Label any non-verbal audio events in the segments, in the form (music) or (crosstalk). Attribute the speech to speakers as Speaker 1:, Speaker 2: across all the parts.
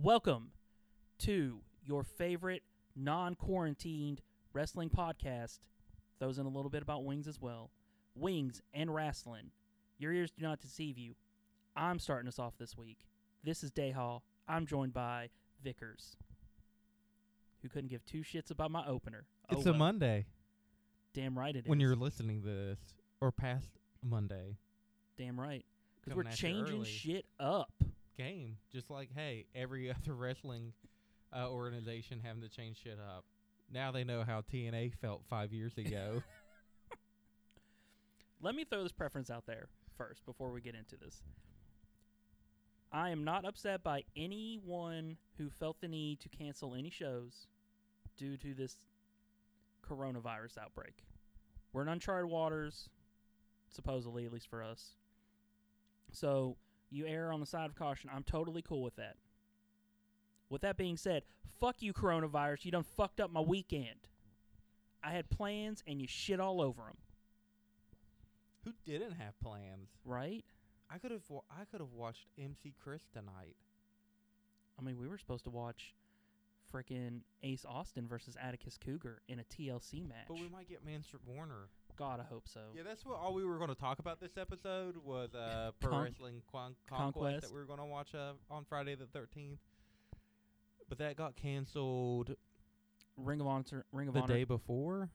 Speaker 1: Welcome to your favorite non quarantined wrestling podcast. Throws in a little bit about wings as well. Wings and wrestling. Your ears do not deceive you. I'm starting us off this week. This is Dayhaw. I'm joined by Vickers, who couldn't give two shits about my opener.
Speaker 2: It's
Speaker 1: oh,
Speaker 2: a
Speaker 1: well.
Speaker 2: Monday
Speaker 1: Damn right it is.
Speaker 2: when you're listening to this, or past Monday
Speaker 1: Damn right. Because
Speaker 2: Coming
Speaker 1: we're
Speaker 2: at you
Speaker 1: changing
Speaker 2: early.
Speaker 1: shit up.
Speaker 2: game. Just like hey, every (laughs) other wrestling uh, organization having to change shit up. Now they know how TNA felt five years (laughs) ago.
Speaker 1: Let me throw this preference out there first before we get into this. I am not upset by anyone who felt the need to cancel any shows due to this coronavirus outbreak. We're in uncharted waters, supposedly, at least for us. So you err on the side of caution. I'm totally cool with that. With that being said, fuck you, coronavirus. You done fucked up my weekend. I had plans and you shit all over them,
Speaker 2: Who didn't have plans?
Speaker 1: right?
Speaker 2: I could have. Wa- I could have watched MC Chris tonight.
Speaker 1: I mean, we were supposed to watch frickin' Ace Austin versus Atticus Cougar in a TLC match.
Speaker 2: But we might get Manfred Warner.
Speaker 1: God, I hope so.
Speaker 2: Yeah, that's what all we were going to talk about this episode was (laughs) uh, pro
Speaker 1: Con-
Speaker 2: wrestling Con- conquest,
Speaker 1: Conquest.
Speaker 2: that we were going to watch uh, on Friday the thirteenth. But that got canceled
Speaker 1: Ring of Honor. Ring of
Speaker 2: the
Speaker 1: Honor.
Speaker 2: day before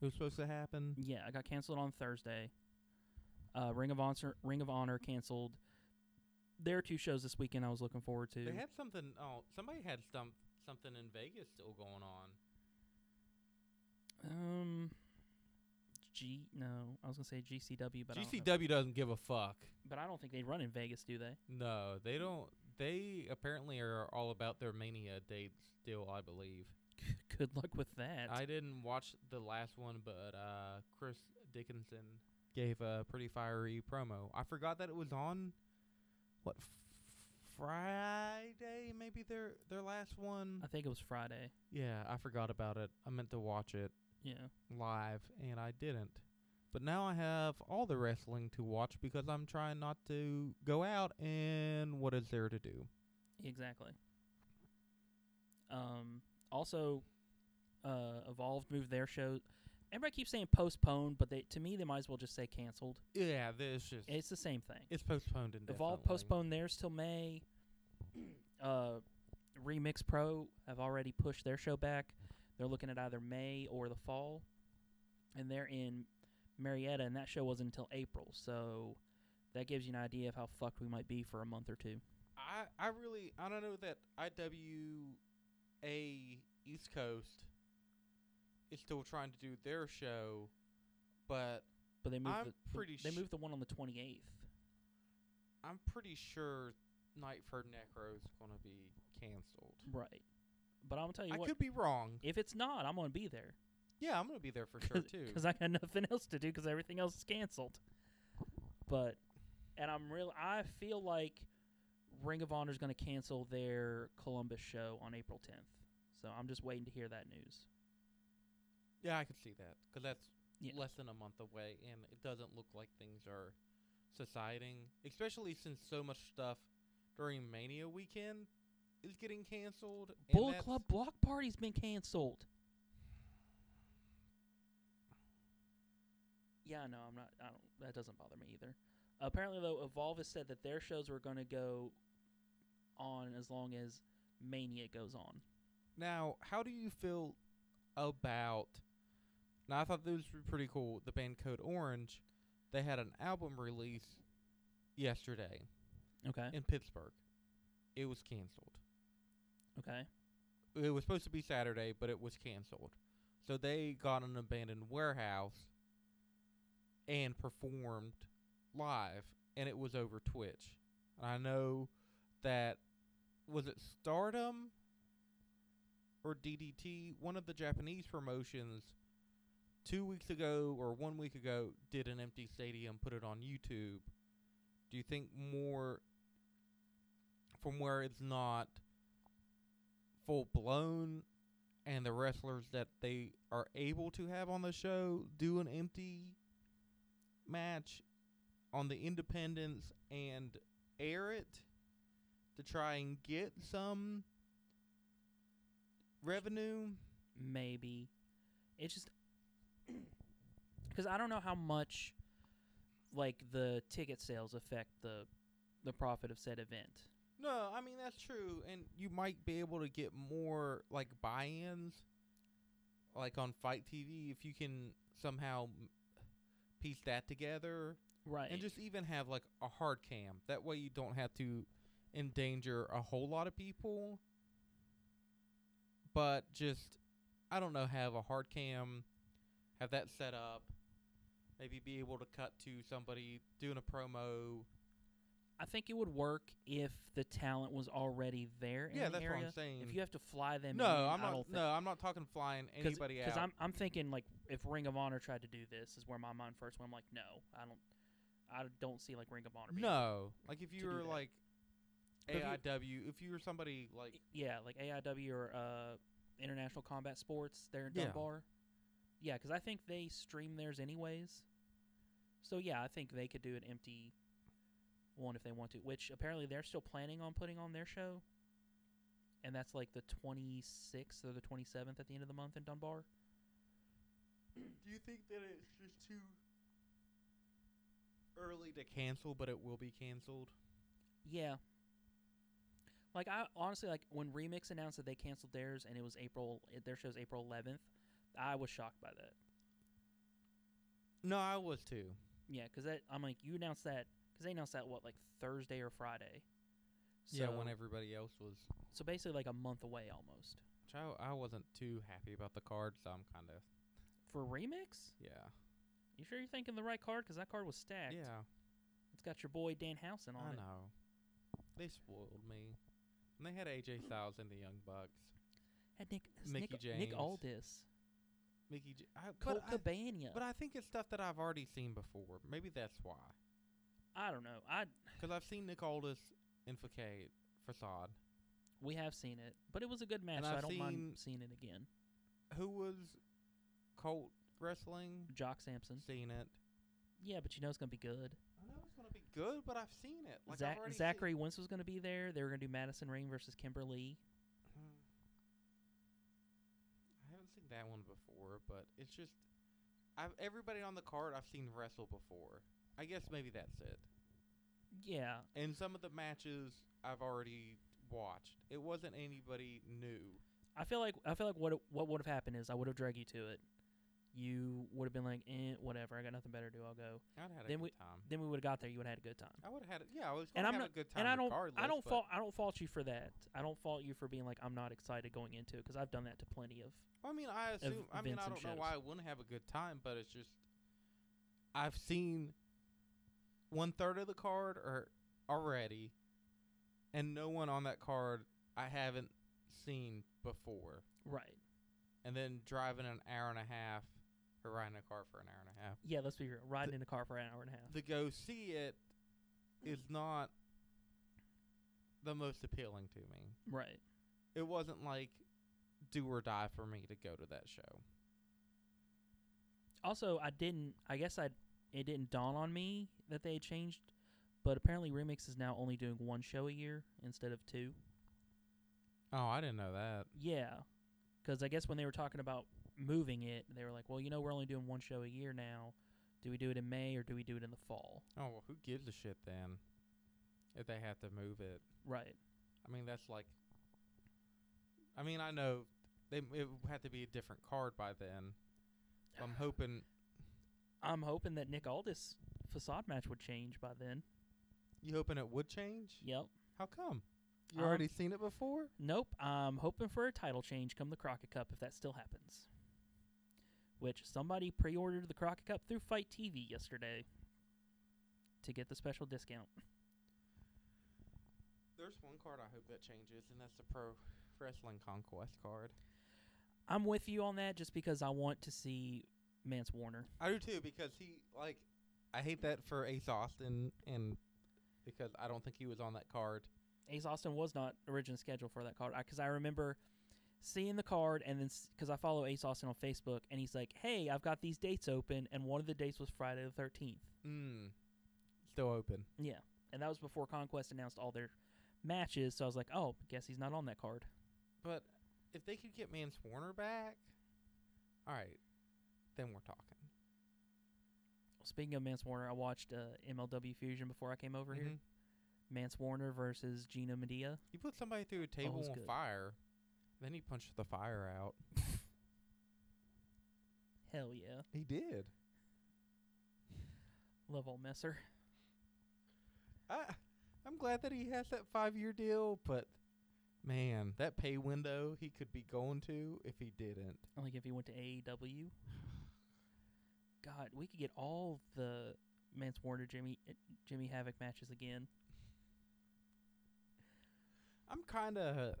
Speaker 2: it was supposed to happen.
Speaker 1: Yeah, I got canceled on Thursday. Uh, Ring of Honor. Ring of Honor canceled. There are two shows this weekend I was looking forward to.
Speaker 2: They had something. Oh, somebody had some something in Vegas still going on.
Speaker 1: um, G. No, I was gonna say GCW, but I don't know.
Speaker 2: GCW doesn't give a fuck.
Speaker 1: But I don't think they run in Vegas, do they?
Speaker 2: No, they don't. They apparently are all about their mania dates still. I believe.
Speaker 1: Good luck with that.
Speaker 2: I didn't watch the last one, but uh, Chris Dickinson gave a pretty fiery promo. I forgot that it was on what f- Friday, maybe their their last one.
Speaker 1: I think it was Friday.
Speaker 2: Yeah, I forgot about it. I meant to watch it
Speaker 1: Yeah.
Speaker 2: live and I didn't. But now I have all the wrestling to watch because I'm trying not to go out and what is there to do?
Speaker 1: Exactly. Um, also, uh, Evolved moved their show. Everybody keeps saying postponed, but they to me they might as well just say canceled.
Speaker 2: Yeah, this is
Speaker 1: It's the same thing.
Speaker 2: it's postponed and
Speaker 1: Evolved postponed theirs till May. (clears throat) uh, Remix Pro have already pushed their show back. They're looking at either May or the fall, and they're in Marietta, and that show wasn't until April. So that gives you an idea of how fucked we might be for a month or two.
Speaker 2: I I really I don't know that IWA East Coast is still trying to do their show, but
Speaker 1: But they moved.
Speaker 2: I'm
Speaker 1: the,
Speaker 2: pretty
Speaker 1: they
Speaker 2: sh-
Speaker 1: moved the one on the twenty eighth.
Speaker 2: I'm pretty sure Night for Necro is going to be canceled.
Speaker 1: Right. But I'm gonna tell you
Speaker 2: I
Speaker 1: what.
Speaker 2: could be wrong.
Speaker 1: if it's not, I'm gonna be there
Speaker 2: Yeah, I'm going to
Speaker 1: (laughs)
Speaker 2: be there for sure too.
Speaker 1: because I got nothing else to do because everything else is canceled. But and I'm real. I feel like Ring of Honor is gonna cancel their Columbus show on April 10th. So I'm just waiting to hear that news.
Speaker 2: Yeah, I could see that because that's
Speaker 1: Yeah.
Speaker 2: less than a month away, and it doesn't look like things are subsiding, especially since so much stuff during Mania weekend is getting canceled. and
Speaker 1: Bullet
Speaker 2: that's-
Speaker 1: Club Block Party's been canceled. Yeah, no, I'm not. I don't. That doesn't bother me either. Apparently, though, Evolve has said that their shows were going to go on as long as Mania goes on.
Speaker 2: Now, how do you feel about? Now, I thought those were pretty cool. The band Code Orange, they had an album release yesterday
Speaker 1: Okay.
Speaker 2: in Pittsburgh. It was canceled.
Speaker 1: Okay.
Speaker 2: it was supposed to be Saturday, but it was canceled. So they got an abandoned warehouse and performed live, and it was over Twitch. And I know that was it Stardom or DDT, one of the Japanese promotions, two weeks ago or one week ago, did an empty stadium, put it on YouTube. Do you think more from where it's not full blown and the wrestlers that they are able to have on the show do an empty match on the independence and air it to to try and get some revenue.
Speaker 1: maybe it's just (coughs) because i don't know how much like the ticket sales affect the the profit of said event
Speaker 2: No, I mean that's true, and you might be able to get more like buy-ins, like on Fight TV, if you can somehow m- piece that together,
Speaker 1: right
Speaker 2: and just even have like a hard cam. That way, you don't have to endanger a whole lot of people, but just I don't know, have a hard cam, have that set up, maybe be able to cut to somebody doing a promo.
Speaker 1: i think it would work if the talent was already there in
Speaker 2: yeah,
Speaker 1: the
Speaker 2: that's
Speaker 1: area
Speaker 2: what I'm saying.
Speaker 1: if you have to fly them
Speaker 2: No,
Speaker 1: in,
Speaker 2: I'm
Speaker 1: I
Speaker 2: not.
Speaker 1: don't think,
Speaker 2: no, I'm not talking flying anybody out.
Speaker 1: because I'm, I'm thinking like if ring of honor tried to do this is where my mind first went i'm like no i don't i don't see like ring of honor being
Speaker 2: no, like if
Speaker 1: do
Speaker 2: you were
Speaker 1: that.
Speaker 2: like
Speaker 1: But if you-
Speaker 2: AIW, if you were somebody like
Speaker 1: yeah, like AIW or uh, International Combat Sports. They're in
Speaker 2: Yeah.
Speaker 1: Dunbar. Yeah, because I think they stream theirs anyways. So yeah, I think they could do an empty one if they want to. Which apparently they're still planning on putting on their show, and that's like the twenty sixth or the twenty seventh at the end of the month in Dunbar.
Speaker 2: Do you think that it's just too early to cancel, but it will be canceled?
Speaker 1: Yeah. Like I honestly like when Remix announced that they canceled theirs and it was April their show's April 11th, I was shocked by that.
Speaker 2: No, I was too.
Speaker 1: Yeah, 'cause that I'm like you announced that because they announced that what like Thursday or Friday.
Speaker 2: yeah, when everybody else was.
Speaker 1: so basically like a month away almost
Speaker 2: Which I, I wasn't too happy about the card, so I'm kind of
Speaker 1: for remix.
Speaker 2: yeah.
Speaker 1: You sure you're thinking the right card? 'Cause that card was stacked.
Speaker 2: Yeah,
Speaker 1: it's got your boy Dan Housen on
Speaker 2: I
Speaker 1: it.
Speaker 2: know. They spoiled me. And they had AJ Styles and the Young Bucks.
Speaker 1: Had Nick it's
Speaker 2: Mickey
Speaker 1: Nick, Nick
Speaker 2: James.
Speaker 1: Aldis,
Speaker 2: Mickey J. I,
Speaker 1: Cole
Speaker 2: but I-
Speaker 1: Cabana.
Speaker 2: But I think it's stuff that I've already seen before. Maybe that's why.
Speaker 1: I, don't know. I
Speaker 2: Because I've seen Nick Aldis infiltrate Facade,
Speaker 1: we have seen it, but it was a good match,
Speaker 2: And
Speaker 1: so
Speaker 2: I've
Speaker 1: I don't mind
Speaker 2: seen-
Speaker 1: seeing it again.
Speaker 2: who was Colt Wrestling.
Speaker 1: Jock Sampson.
Speaker 2: Seen it.
Speaker 1: Yeah, but you know it's gonna be good.
Speaker 2: I know it's gonna be good, but I've seen it. Like
Speaker 1: Zach-
Speaker 2: I've already
Speaker 1: Zachary Wentz was gonna be there. They were gonna do Madison Ring versus Kimberly.
Speaker 2: Seen, Hmm. I haven't seen that one before, but it's just I've everybody on the card I've seen wrestle before. I guess maybe that's it.
Speaker 1: Yeah,
Speaker 2: And some of the matches I've already watched. It wasn't anybody new.
Speaker 1: I feel like I feel like what it- what would have happened is I would have dragged you to it. You would have been like, eh, whatever. I got nothing better to do. I'll go.
Speaker 2: I'd had a
Speaker 1: Then
Speaker 2: good
Speaker 1: we-
Speaker 2: time.
Speaker 1: Then we would have got there. You would have had a good time.
Speaker 2: I would have had it. Yeah, I was
Speaker 1: And
Speaker 2: going to
Speaker 1: I'm
Speaker 2: have
Speaker 1: not-
Speaker 2: a good time
Speaker 1: And I don't
Speaker 2: regardless.
Speaker 1: I don't
Speaker 2: but
Speaker 1: fault I don't fault you for that. I don't fault you for being like I'm not excited going into it because I've done that to plenty of.
Speaker 2: I mean, I assume. I mean,
Speaker 1: events
Speaker 2: I
Speaker 1: and
Speaker 2: don't know why I wouldn't have a good time, but it's just I've seen one third of the card or already, and no one on that card I haven't seen before.
Speaker 1: Right.
Speaker 2: And then driving an hour and a half or riding a car for an hour and a half
Speaker 1: Yeah. Let's be real. Riding in a car for an hour and a half.
Speaker 2: to go see it is not the most appealing to me.
Speaker 1: right.
Speaker 2: It wasn't like do or die for me to go to that show.
Speaker 1: Also, I didn't. I guess I it didn't dawn on me that they had changed, but apparently Remix is now only doing one show a year instead of two.
Speaker 2: Oh, I didn't know that.
Speaker 1: Yeah, because I guess when they were talking about moving it, they were like, "Well, you know, we're only doing one show a year now. Do we do it in May or do we do it in the fall?"
Speaker 2: Oh well, who gives a shit then? If they have to move it,
Speaker 1: Right.
Speaker 2: I mean that's like. I mean I know they it would have to be a different card by (sighs) then. So I'm hoping.
Speaker 1: I'm hoping that Nick Aldis facade match would change by then.
Speaker 2: You hoping it would change?
Speaker 1: Yep.
Speaker 2: How come? You
Speaker 1: Um,
Speaker 2: already seen it before?
Speaker 1: Nope. I'm hoping for a title change come the Crockett Cup if that still happens. Which somebody pre-ordered the Crockett Cup through Fight TV yesterday to get the special discount.
Speaker 2: There's one card I hope that changes, and that's the Pro Wrestling Conquest card.
Speaker 1: I'm with you on that just because I want to see Mance Warner.
Speaker 2: I do too because he like. I hate that for Ace Austin, and because I don't think he was on that card.
Speaker 1: Ace Austin was not originally scheduled for that card because I, remember seeing the card and then because I follow Ace Austin on Facebook and he's like, "Hey, I've got these dates open," and one of the dates was Friday the thirteenth.
Speaker 2: Mm. Still open.
Speaker 1: Yeah, and that was before Conquest announced all their matches, so I was like, oh, guess he's not on that card.
Speaker 2: But if they could get Mans Warner back, all right, then we're talking.
Speaker 1: Speaking of Mance Warner, I watched uh, MLW Fusion before I came over here.
Speaker 2: Mhm.
Speaker 1: Mance Warner versus Gina Medea.
Speaker 2: You put somebody through a table
Speaker 1: was
Speaker 2: on
Speaker 1: good.
Speaker 2: fire, then he punched the fire out.
Speaker 1: Hell yeah.
Speaker 2: He did.
Speaker 1: Love old Messer.
Speaker 2: I, I'm glad that he has that five year deal, but man, that pay window he could be going to if he didn't.
Speaker 1: Like if he went to AEW. God, we could get all the Mance Warner Jimmy eh, Jimmy Havoc matches again.
Speaker 2: I'm kind of.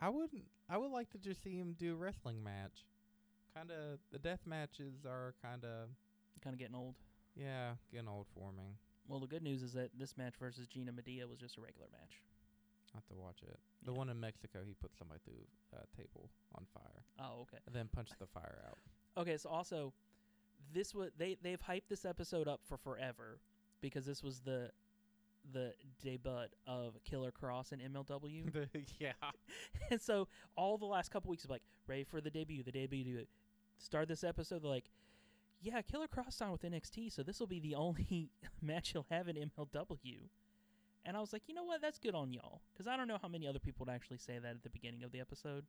Speaker 2: I wouldn't. I would like to just see him do a wrestling match. Kind of. The death matches are kind of.
Speaker 1: Kind of getting old.
Speaker 2: Yeah, getting old for me.
Speaker 1: Well, the good news is that this match versus Gina Medea was just a regular match.
Speaker 2: I have to watch it. The
Speaker 1: Yeah.
Speaker 2: one in Mexico, he put somebody through a table on fire
Speaker 1: Oh, okay.
Speaker 2: and then punched the fire
Speaker 1: (laughs)
Speaker 2: out.
Speaker 1: Okay, so also this was they they've hyped this episode up for forever because this was the the debut of Killer Cross in MLW.
Speaker 2: The- yeah.
Speaker 1: (laughs) and so all the last couple weeks of like ready for the debut, the debut. do it." Start this episode, they're like, yeah, Killer Cross signed with NXT, so this will be the (laughs) only match he'll have in MLW. And I was like, you know what? That's good on y'all. Because I don't know how many other people would actually say that at the beginning of the episode.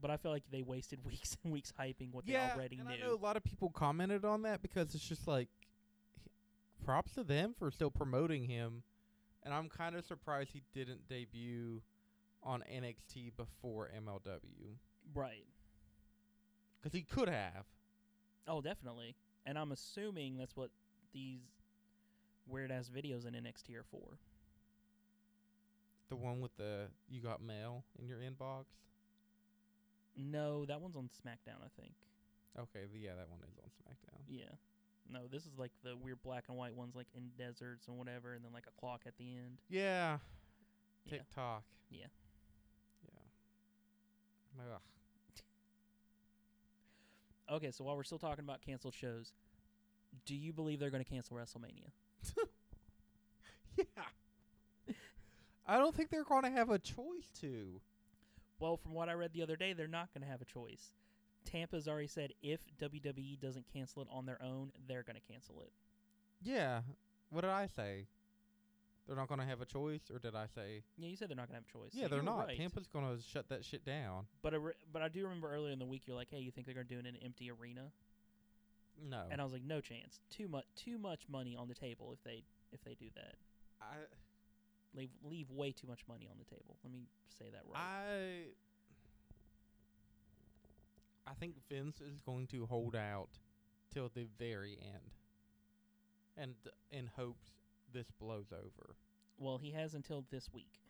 Speaker 1: But I feel like they wasted (laughs) weeks and weeks hyping what
Speaker 2: yeah.
Speaker 1: they already
Speaker 2: and
Speaker 1: knew.
Speaker 2: I know a lot of people commented on that because it's just like, h- props to them for still promoting him, and I'm kind of surprised he didn't debut on NXT before MLW.
Speaker 1: Right.
Speaker 2: 'Cause he could have.
Speaker 1: Oh, definitely. And I'm assuming that's what these weird ass videos in NXT are for.
Speaker 2: The one with the you got mail in your inbox.
Speaker 1: No, that one's on SmackDown, I think.
Speaker 2: Okay, the, yeah, that one is on SmackDown.
Speaker 1: Yeah. No, this is like the weird black and white ones, like in deserts and whatever, and then like a clock at the end.
Speaker 2: Yeah.
Speaker 1: Yeah.
Speaker 2: TikTok.
Speaker 1: Yeah.
Speaker 2: Yeah.
Speaker 1: (laughs)
Speaker 2: Ugh.
Speaker 1: Okay, so while we're still talking about canceled shows, do you believe they're going to cancel WrestleMania?
Speaker 2: Yeah. I don't think they're going to have a choice to.
Speaker 1: Well, from what I read the other day, they're not going to have a choice. Tampa's already said if WWE doesn't cancel it on their own, they're going to cancel it.
Speaker 2: Yeah. What did I say? They're not going to have a choice, or did I say?
Speaker 1: Yeah, you said they're not going to have a choice. so
Speaker 2: yeah, they're
Speaker 1: you were
Speaker 2: not.
Speaker 1: right.
Speaker 2: Tampa's going to shut that shit down.
Speaker 1: But I re- but I do remember earlier in the week you're like, hey, you think they're going to do it in an empty arena?
Speaker 2: No.
Speaker 1: And I was like, no chance. Too much too much money on the table if they if they do that.
Speaker 2: I,
Speaker 1: leave leave way too much money on the table. Let me say that right.
Speaker 2: I, I think Vince is going to hold out till the very end, and in hopes this blows over.
Speaker 1: well, he has until this week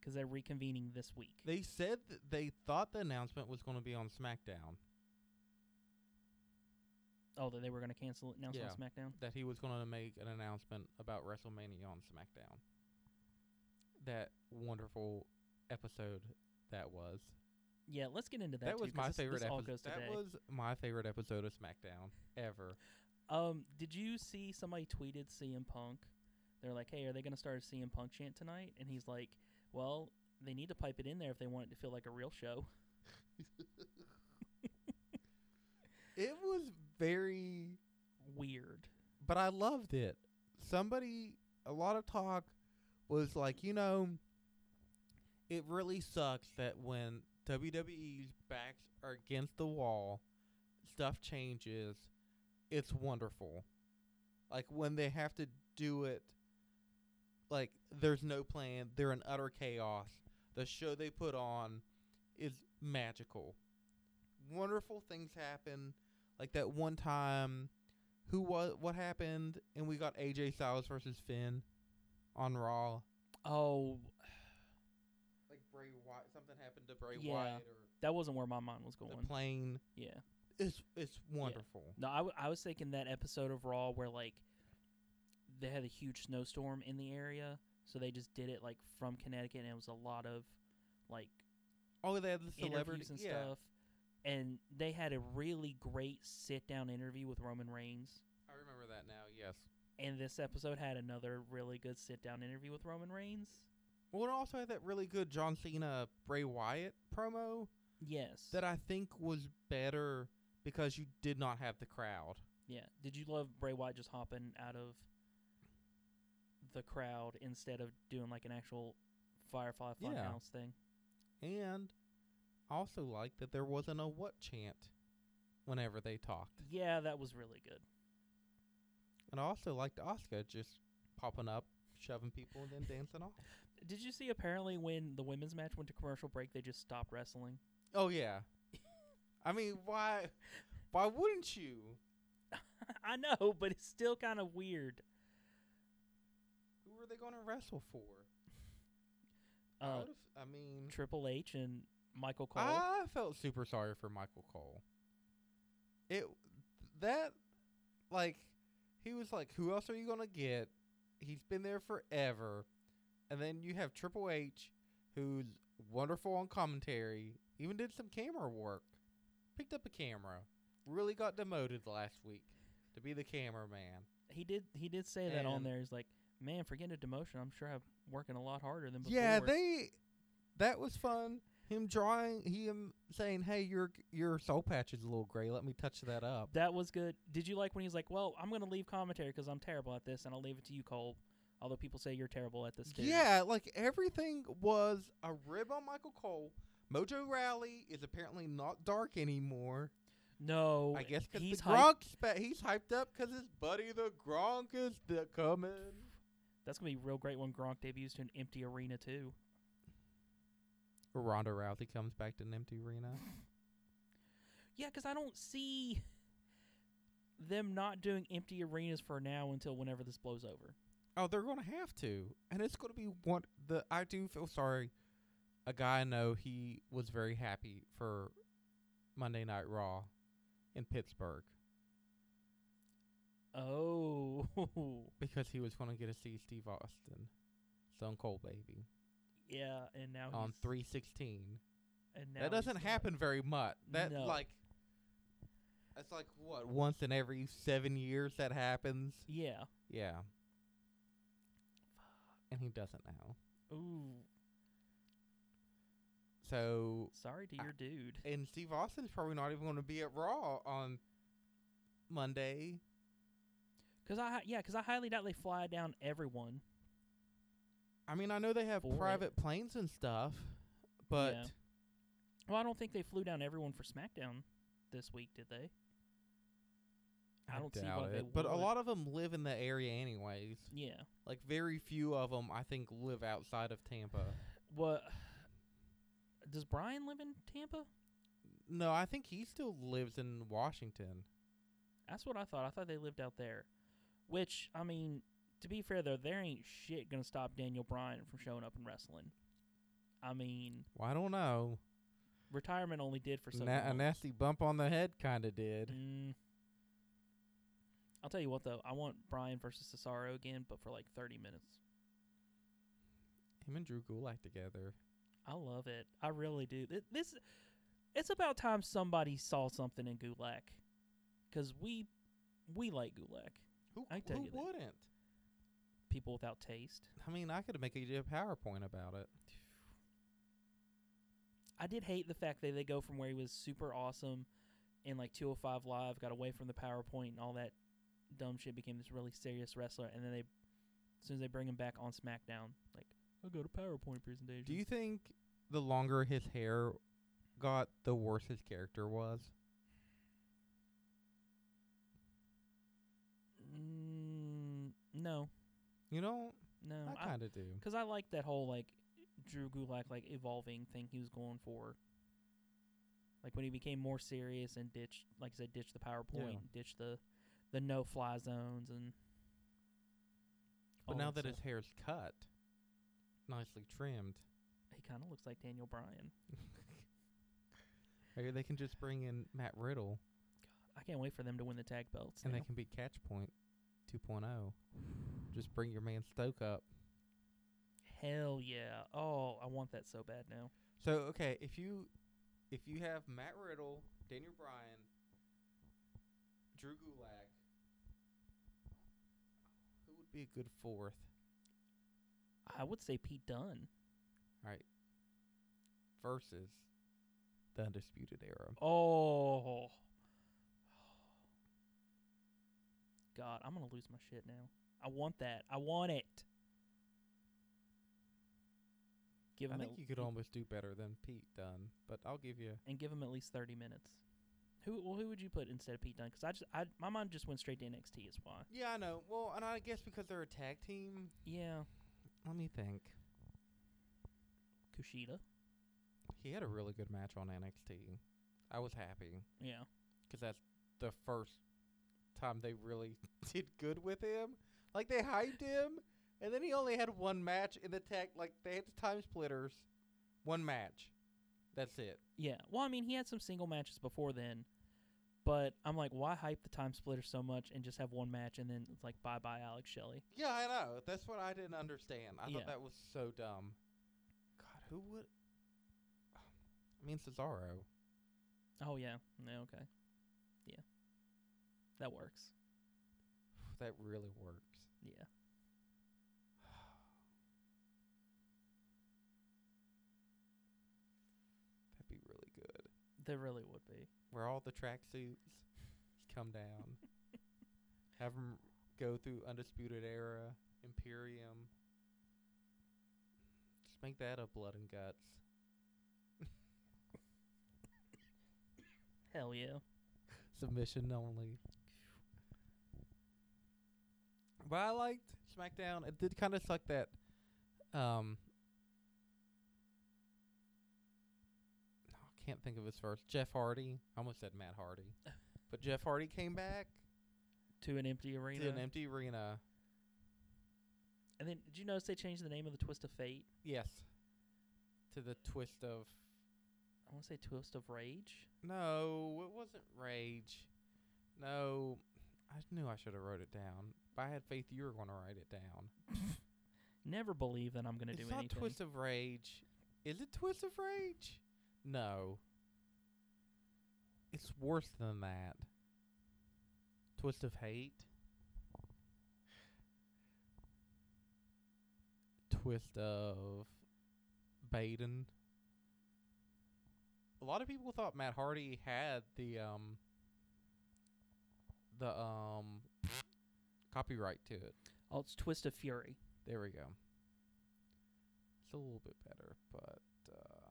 Speaker 1: because they're reconvening this week.
Speaker 2: They said that they thought the announcement was going to be on SmackDown,
Speaker 1: oh, that they were going to cancel it now
Speaker 2: Yeah.
Speaker 1: on SmackDown.
Speaker 2: that he was going to make an announcement about WrestleMania on SmackDown. That wonderful episode that was.
Speaker 1: Yeah, let's get into that.
Speaker 2: That,
Speaker 1: too,
Speaker 2: was
Speaker 1: 'cause
Speaker 2: my
Speaker 1: this,
Speaker 2: favorite
Speaker 1: This all
Speaker 2: episode.
Speaker 1: goes
Speaker 2: That
Speaker 1: today.
Speaker 2: was my favorite episode of SmackDown ever.
Speaker 1: um, did you see somebody tweeted CM Punk? They're like, hey, are they going to start a CM Punk chant tonight? And he's like, well, they need to pipe it in there if they want it to feel like a real show.
Speaker 2: It was very
Speaker 1: Weird.
Speaker 2: but I loved it. Somebody, a lot of talk was like, you know, it really sucks that when WWE's backs are against the wall, stuff changes. It's wonderful. Like when they have to do it, like there's no plan, they're in utter chaos. The show they put on is magical. Wonderful things happen. Like that one time who was what happened and we got AJ Styles versus Finn on Raw.
Speaker 1: Oh,
Speaker 2: Like Bray Wyatt, something happened to Bray
Speaker 1: Yeah.
Speaker 2: Wyatt
Speaker 1: that wasn't where my mind was
Speaker 2: or
Speaker 1: going.
Speaker 2: the plane.
Speaker 1: yeah.
Speaker 2: It's it's wonderful.
Speaker 1: No, I, w- I was thinking that episode of Raw where like they had a huge snowstorm in the area, so they just did it like from Connecticut, and it was a lot of like
Speaker 2: Oh, they had the celebrity
Speaker 1: interviews and
Speaker 2: yeah.
Speaker 1: stuff. And they had a really great sit down interview with Roman Reigns,
Speaker 2: I remember that now. Yes,
Speaker 1: And this episode had another really good sit down interview with Roman Reigns.
Speaker 2: Well, it also had that really good John Cena Bray Wyatt promo
Speaker 1: Yes.
Speaker 2: that I think was better because you did not have the crowd.
Speaker 1: yeah. Did you love Bray Wyatt just hopping out of the crowd instead of doing like an actual Firefly Funhouse
Speaker 2: Yeah.
Speaker 1: thing?
Speaker 2: And I also liked that there wasn't a what chant whenever they talked.
Speaker 1: Yeah, that was really good.
Speaker 2: And I also liked Asuka just popping up, shoving people, and then dancing off.
Speaker 1: Did you see apparently when the women's match went to commercial break, they just stopped wrestling? (laughs)
Speaker 2: Oh yeah. I mean, why why wouldn't you?
Speaker 1: I know, but it's still kind of weird.
Speaker 2: Who are they going to wrestle for? I,
Speaker 1: Uh,
Speaker 2: would've- I mean,
Speaker 1: Triple H and Michael Cole.
Speaker 2: I felt super sorry for Michael Cole. It that like he was like, who else are you going to get? He's been there forever. And then you have Triple H who's wonderful on commentary, even did some camera work. Picked up a camera. Really got demoted last week to be the cameraman.
Speaker 1: he did. He did say that on
Speaker 2: And-
Speaker 1: there. He's like, "Man, for getting a demotion, I'm sure I'm working a lot harder than before."
Speaker 2: Yeah, they. That was fun. Him drawing, him saying, "Hey, your your soul patch is a little gray. Let me touch that up."
Speaker 1: That was good. Did you like when he's like, "Well, I'm going to leave commentary because I'm terrible at this, and I'll leave it to you, Cole." Although people say you're terrible at this too.
Speaker 2: Yeah, like everything was a rib on Michael Cole. Mojo Rally is apparently not dark anymore.
Speaker 1: No.
Speaker 2: I guess because
Speaker 1: he's
Speaker 2: the
Speaker 1: hyped.
Speaker 2: Gronk spa- he's hyped up because his buddy the Gronk is the coming.
Speaker 1: That's gonna be real great when Gronk debuts to an empty arena too.
Speaker 2: Ronda Rousey comes back to an empty arena.
Speaker 1: Yeah, 'cause I don't see them not doing empty arenas for now until whenever this blows over.
Speaker 2: Oh, they're gonna have to, and it's gonna be one. The I do feel sorry. A guy I know, he was very happy for Monday Night Raw in Pittsburgh
Speaker 1: Oh, (laughs)
Speaker 2: because he was gonna get to see Steve Austin, Stone Cold Baby,
Speaker 1: yeah, and now
Speaker 2: on
Speaker 1: Oh, he's-
Speaker 2: three sixteen.
Speaker 1: And now
Speaker 2: That
Speaker 1: he's
Speaker 2: doesn't
Speaker 1: not.
Speaker 2: happen very much. That
Speaker 1: No.
Speaker 2: like, that's like what once in every seven years that happens.
Speaker 1: Yeah.
Speaker 2: Yeah, and he doesn't now.
Speaker 1: Ooh,
Speaker 2: So
Speaker 1: sorry to
Speaker 2: I-
Speaker 1: your dude.
Speaker 2: And Steve Austin's probably not even going to be at Raw on Monday.
Speaker 1: Cause I hi- yeah, cause I highly doubt they fly down everyone.
Speaker 2: I mean, I know they have
Speaker 1: For it.
Speaker 2: private planes and stuff, but
Speaker 1: Yeah. Well, I don't think they flew down everyone for SmackDown this week, did they? I don't see why
Speaker 2: doubt
Speaker 1: they
Speaker 2: it. But a
Speaker 1: would.
Speaker 2: lot of them live in the area, anyways.
Speaker 1: Yeah.
Speaker 2: Like very few of them, I think, live outside of Tampa.
Speaker 1: What? Does Brian live in Tampa?
Speaker 2: No, I think he still lives in Washington.
Speaker 1: That's what I thought. I thought they lived out there. Which, I mean, to be fair though, there ain't shit gonna stop Daniel Bryan from showing up and wrestling. I mean,
Speaker 2: Well, I don't know.
Speaker 1: retirement only did for so
Speaker 2: Na- a
Speaker 1: long.
Speaker 2: nasty bump on the head kind of did.
Speaker 1: Mm. I'll tell you what though, I want Bryan versus Cesaro again, but for like thirty minutes.
Speaker 2: Him and Drew Gulak together.
Speaker 1: I love it. I really do. Th- This, it's about time somebody saw something in Gulak, because we, we like Gulak.
Speaker 2: Who,
Speaker 1: I tell
Speaker 2: who
Speaker 1: you that.
Speaker 2: wouldn't?
Speaker 1: People without taste.
Speaker 2: I mean, I could make a a PowerPoint about it.
Speaker 1: I did hate the fact that they go from where he was super awesome in like 205 Live, got away from the PowerPoint and all that dumb shit, became this really serious wrestler, and then they, as soon as they bring him back on SmackDown, like, I got a PowerPoint presentation.
Speaker 2: Do you think the longer his hair got, the worse his character was?
Speaker 1: Mm, no,
Speaker 2: You know,
Speaker 1: no.
Speaker 2: I
Speaker 1: I,
Speaker 2: kind of do.
Speaker 1: Because I like that whole like Drew Gulak like evolving thing he was going for. Like when he became more serious and ditched, like I said, ditched the PowerPoint, ditched the the no fly zones, and.
Speaker 2: But
Speaker 1: all Oh,
Speaker 2: now that his
Speaker 1: stuff.
Speaker 2: hair's cut, nicely trimmed, (laughs)
Speaker 1: he kind of looks like Daniel Bryan.
Speaker 2: maybe they can just bring in Matt Riddle
Speaker 1: I can't wait for them to win the tag belts.
Speaker 2: and
Speaker 1: now.
Speaker 2: they can be Catch Point 2.0. Just bring your man Stoke up.
Speaker 1: Hell yeah! Oh, I want that so bad now.
Speaker 2: So okay, if you if you have Matt Riddle, Daniel Bryan, Drew Gulak, be a good fourth.
Speaker 1: I would say Pete Dunne.
Speaker 2: Versus the Undisputed Era.
Speaker 1: Oh. God, I'm going to lose my shit now. I want that. I want it. Give
Speaker 2: I
Speaker 1: him
Speaker 2: think
Speaker 1: at
Speaker 2: you could almost do better than Pete Dunn, but I'll give you.
Speaker 1: and give him at least 30 minutes. Who well, who would you put instead of Pete Dunne? Because I just I my mind just went straight to NXT is why.
Speaker 2: Yeah, I know. Well, and I guess because they're a tag team.
Speaker 1: Yeah,
Speaker 2: Let me think.
Speaker 1: Kushida.
Speaker 2: He had a really good match on NXT. I was happy
Speaker 1: Yeah,
Speaker 2: because that's the first time they really (laughs) did good with him. Like they hyped him, and then he only had one match in the tag. Like they had the time splitters, one match. That's it.
Speaker 1: yeah. Well, I mean he had some single matches before then, but I'm like, why hype the time splitter so much and just have one match and then it's like bye bye Alex Shelley.
Speaker 2: Yeah, I know. That's what I didn't understand. I
Speaker 1: Yeah.
Speaker 2: thought that was so dumb. God, who would? (sighs) I mean, Cesaro. (sighs)
Speaker 1: Oh yeah, yeah okay, yeah, that works.
Speaker 2: That really works.
Speaker 1: Yeah,
Speaker 2: That'd be really good.
Speaker 1: there really would be.
Speaker 2: Wear all the tracksuits, come down, have them go through Undisputed Era, Imperium. Just make that a blood and guts.
Speaker 1: Hell yeah.
Speaker 2: Submission only. But I liked SmackDown. It did kind of suck that. Um, no, I can't think of his first. Jeff Hardy. I almost said Matt Hardy. But Jeff Hardy came back
Speaker 1: To an empty arena.
Speaker 2: to an empty arena.
Speaker 1: and then did you notice they changed the name of the Twist of Fate?
Speaker 2: Yes. To the twist of.
Speaker 1: I want to say Twist of Rage.
Speaker 2: No, it wasn't rage. No, I knew I should have wrote it down. But I had faith you were going to write it down.
Speaker 1: Never believe that I'm gonna
Speaker 2: it's
Speaker 1: do
Speaker 2: not
Speaker 1: anything.
Speaker 2: Twist of Rage. Is it Twist of Rage? No. It's worse than that. Twist of Hate. Twist of Baden. A lot of people thought Matt Hardy had the um the um copyright to it.
Speaker 1: Oh, it's Twist of Fury.
Speaker 2: There we go. It's a little bit better, but uh,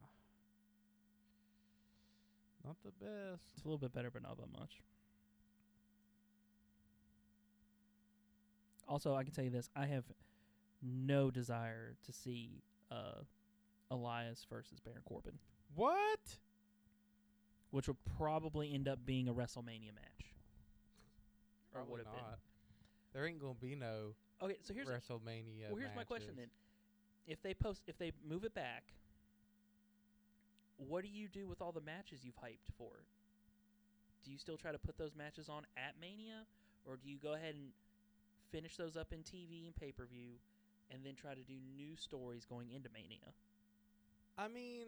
Speaker 2: not the best.
Speaker 1: It's a little bit better, but not that much. Also, I can tell you this: I have no desire to see uh, Elias versus Baron Corbin,
Speaker 2: What?
Speaker 1: which will probably end up being a WrestleMania match. Or
Speaker 2: Probably
Speaker 1: would've been.
Speaker 2: not. There ain't gonna be no
Speaker 1: Okay, so here's
Speaker 2: WrestleMania.
Speaker 1: well, here's my question then:
Speaker 2: matches.
Speaker 1: If they post, if they move it back, what do you do with all the matches you've hyped for? Do you still try to put those matches on at Mania, or do you go ahead and finish those up in TV and pay per view, and then try to do new stories going into Mania?
Speaker 2: I mean,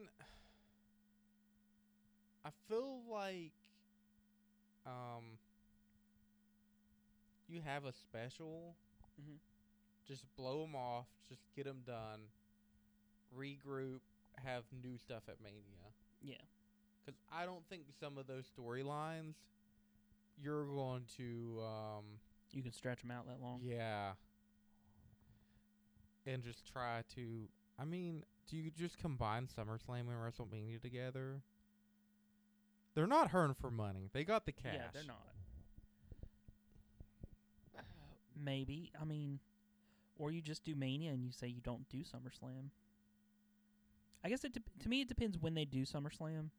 Speaker 2: I feel like um, you have a special.
Speaker 1: Mhm.
Speaker 2: Just blow 'em off. Just get 'em done. Regroup. Have new stuff at Mania.
Speaker 1: Yeah,
Speaker 2: because I don't think some of those storylines you're going to, um,
Speaker 1: you can stretch them out that long.
Speaker 2: yeah, and just try to. I mean, do you just combine SummerSlam and WrestleMania together? They're not hurting for money. They got the cash.
Speaker 1: Yeah, they're not. Uh, Maybe I mean, or you just do Mania and you say you don't do SummerSlam. I guess it dep to me it depends when they do SummerSlam.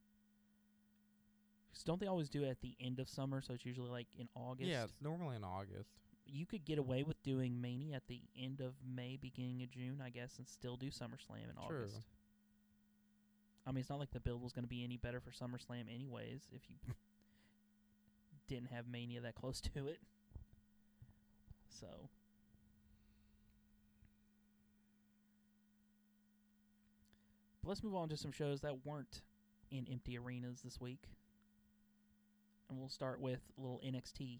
Speaker 1: 'Cause don't they always do it at the end of summer? So it's usually like in August.
Speaker 2: Yeah, it's normally in August.
Speaker 1: You could get away with doing Mania at the end of May, beginning of June, I guess, and still do SummerSlam in
Speaker 2: True.
Speaker 1: August. I mean, it's not like the build was going to be any better for SummerSlam, anyways, if you (laughs) didn't have Mania that close (laughs) to it. So, but let's move on to some shows that weren't in empty arenas this week, and we'll start with a little NXT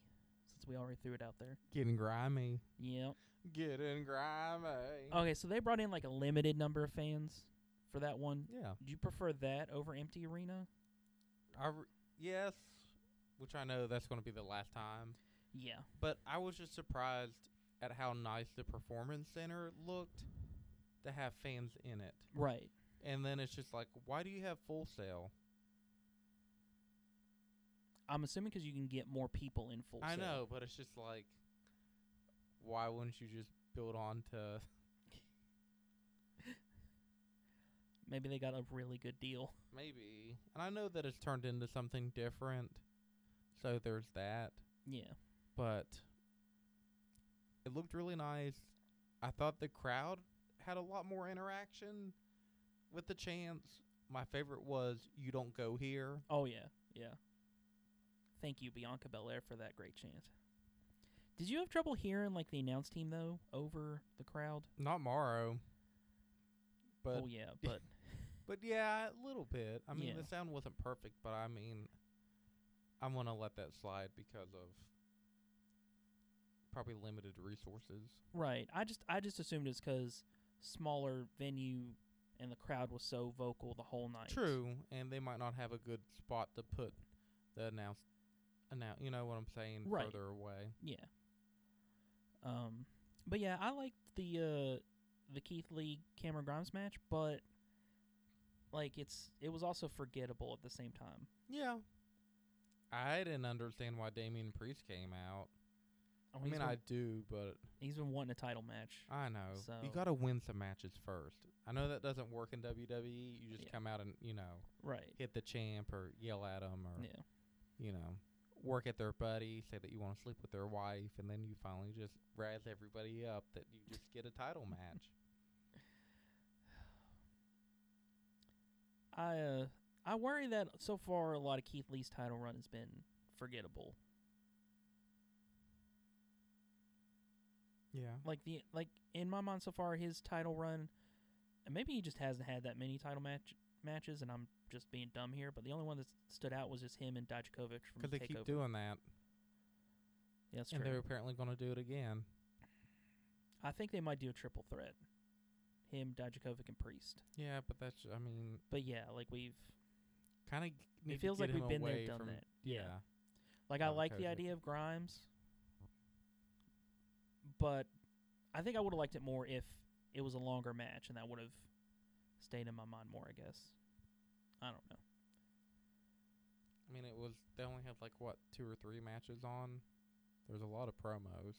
Speaker 1: since we already threw it out there.
Speaker 2: Getting grimy. Uh,
Speaker 1: Yep,
Speaker 2: Getting grimy.
Speaker 1: Okay, so they brought in like a limited number of fans for that one.
Speaker 2: yeah.
Speaker 1: Do you prefer that over empty arena?
Speaker 2: I re- yes, which I know that's going to be the last time.
Speaker 1: Yeah.
Speaker 2: But I was just surprised at how nice the performance center looked to have fans in it.
Speaker 1: Right.
Speaker 2: And then it's just like, why do you have full sale?
Speaker 1: I'm assuming because you can get more people in full.
Speaker 2: I
Speaker 1: Sail.
Speaker 2: know, but it's just like, why wouldn't you just build on to?
Speaker 1: Maybe they got a really good
Speaker 2: (laughs)
Speaker 1: deal.
Speaker 2: Maybe. And I know that it's turned into something different. So there's that.
Speaker 1: Yeah.
Speaker 2: But it looked really nice. I thought the crowd had a lot more interaction with the chants. My favorite was You Don't Go Here.
Speaker 1: Oh yeah. Yeah. Thank you, Bianca Belair, for that great chant. Did you have trouble hearing like the announce team though over the crowd?
Speaker 2: Not Morrow. But
Speaker 1: oh
Speaker 2: (laughs)
Speaker 1: yeah, but
Speaker 2: but yeah, a little bit. I mean
Speaker 1: Yeah.
Speaker 2: the sound wasn't perfect, but I mean I'm gonna let that slide because of probably limited resources.
Speaker 1: right. I just I just assumed it's 'cause smaller venue and the crowd was so vocal the whole night.
Speaker 2: True, and they might not have a good spot to put the announce, announce. You know what I'm saying?
Speaker 1: Right.
Speaker 2: Further away.
Speaker 1: Yeah. Um, but yeah, I liked the uh, the Keith Lee Cameron Grimes match, but like it's it was also forgettable at the same time.
Speaker 2: Yeah. I didn't understand why Damian Priest came out. I
Speaker 1: he's
Speaker 2: mean,
Speaker 1: been,
Speaker 2: I do, but
Speaker 1: he's been wanting a title match.
Speaker 2: I know you
Speaker 1: So-
Speaker 2: got to win some matches first. I know that doesn't work in WWE. You just
Speaker 1: Yeah.
Speaker 2: come out and you know
Speaker 1: Right.
Speaker 2: hit the champ or yell at 'em or
Speaker 1: Yeah.
Speaker 2: you know work at their buddy, say that you want to sleep with their wife, and then you finally just razz everybody up that you just get a title match.
Speaker 1: I uh, I worry that so far a lot of Keith Lee's title run has been forgettable.
Speaker 2: Yeah.
Speaker 1: Like the like in my mind so far his title run and maybe he just hasn't had that many title match matches and I'm just being dumb here, but the only one that stood out was just him and Dijakovic from
Speaker 2: Because they keep
Speaker 1: Takeover.
Speaker 2: doing that.
Speaker 1: yeah, that's
Speaker 2: and
Speaker 1: true.
Speaker 2: they're apparently going to do it again.
Speaker 1: I think they might do a triple threat. Him, Dijakovic, and Priest.
Speaker 2: Yeah, but that's I mean,
Speaker 1: But yeah, like we've
Speaker 2: kind of.
Speaker 1: it feels like we've been there done that.
Speaker 2: Yeah.
Speaker 1: Like I like the
Speaker 2: Dijakovic.
Speaker 1: idea of Grimes, but I think I would have liked it more if it was a longer match, and that would have stayed in my mind more. I guess. I don't know.
Speaker 2: I mean, it was they only had like what two or three matches on. There's a lot of promos.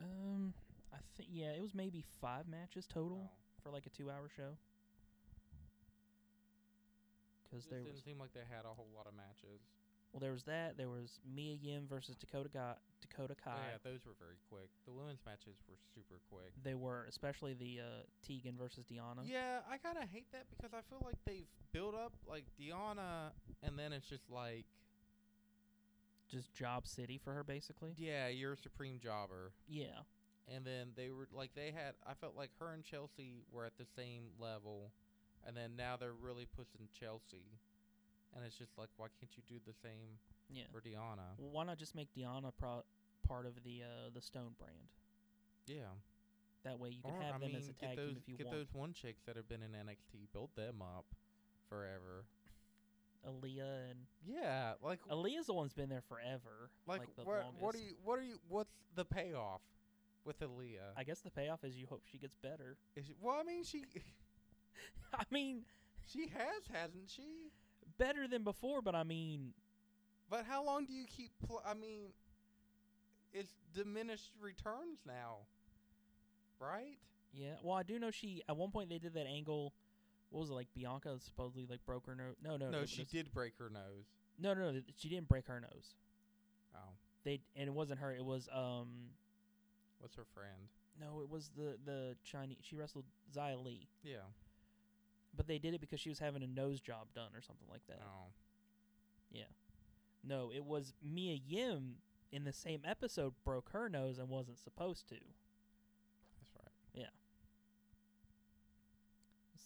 Speaker 1: Um, I think yeah, it was maybe five matches total
Speaker 2: Oh.
Speaker 1: for like a two-hour show. Because
Speaker 2: Just
Speaker 1: there
Speaker 2: didn't
Speaker 1: was
Speaker 2: seem like they had a whole lot of matches.
Speaker 1: well, there was that. There was Mia Yim versus Dakota Ga- Dakota Kai.
Speaker 2: Oh, yeah, those were very quick. The women's matches were super quick.
Speaker 1: They were especially the uh, Tegan versus Deanna.
Speaker 2: Yeah, I kind of hate that because I feel like they've built up like Deanna, and then it's just like,
Speaker 1: Just job city for her basically.
Speaker 2: yeah, you're a supreme jobber.
Speaker 1: Yeah.
Speaker 2: and then they were like they had i felt like her and chelsea were at the same level and then now they're really pushing chelsea and it's just like why can't you do the same
Speaker 1: Yeah.
Speaker 2: for deanna
Speaker 1: Well, why not just make Deanna pro- part of the uh, the Stone brand?
Speaker 2: yeah
Speaker 1: That way you
Speaker 2: or
Speaker 1: can have
Speaker 2: i
Speaker 1: them
Speaker 2: mean
Speaker 1: as a tag
Speaker 2: get those
Speaker 1: team if you
Speaker 2: get
Speaker 1: want.
Speaker 2: those one chicks that have been in nxt build them up forever
Speaker 1: Aaliyah and
Speaker 2: yeah like
Speaker 1: Aaliyah's the one's been there forever.
Speaker 2: like,
Speaker 1: Like, the
Speaker 2: what,
Speaker 1: longest.
Speaker 2: what do you what are you what's the payoff with Aaliyah,
Speaker 1: I guess the payoff is you hope she gets better. (laughs)
Speaker 2: Is she- well, I mean, she (laughs)
Speaker 1: I mean,
Speaker 2: she has, hasn't she?
Speaker 1: better than before, but I mean,
Speaker 2: But how long do you keep? Pl- I mean, it's diminished returns now, right?
Speaker 1: yeah. Well, I do know she at one point they did that angle. What was it like? Bianca supposedly like broke her nose. No, no,
Speaker 2: no,
Speaker 1: it
Speaker 2: she
Speaker 1: was-
Speaker 2: did break her nose.
Speaker 1: No, no, no. th- She didn't break her nose.
Speaker 2: Oh,
Speaker 1: They and it wasn't her. It was um.
Speaker 2: what's her friend?
Speaker 1: No, it was the the Chinese. She wrestled Xia Li.
Speaker 2: Yeah.
Speaker 1: but they did it because she was having a nose job done or something like that.
Speaker 2: Oh,
Speaker 1: No, it was Mia Yim in the same episode broke her nose and wasn't supposed to.
Speaker 2: that's right.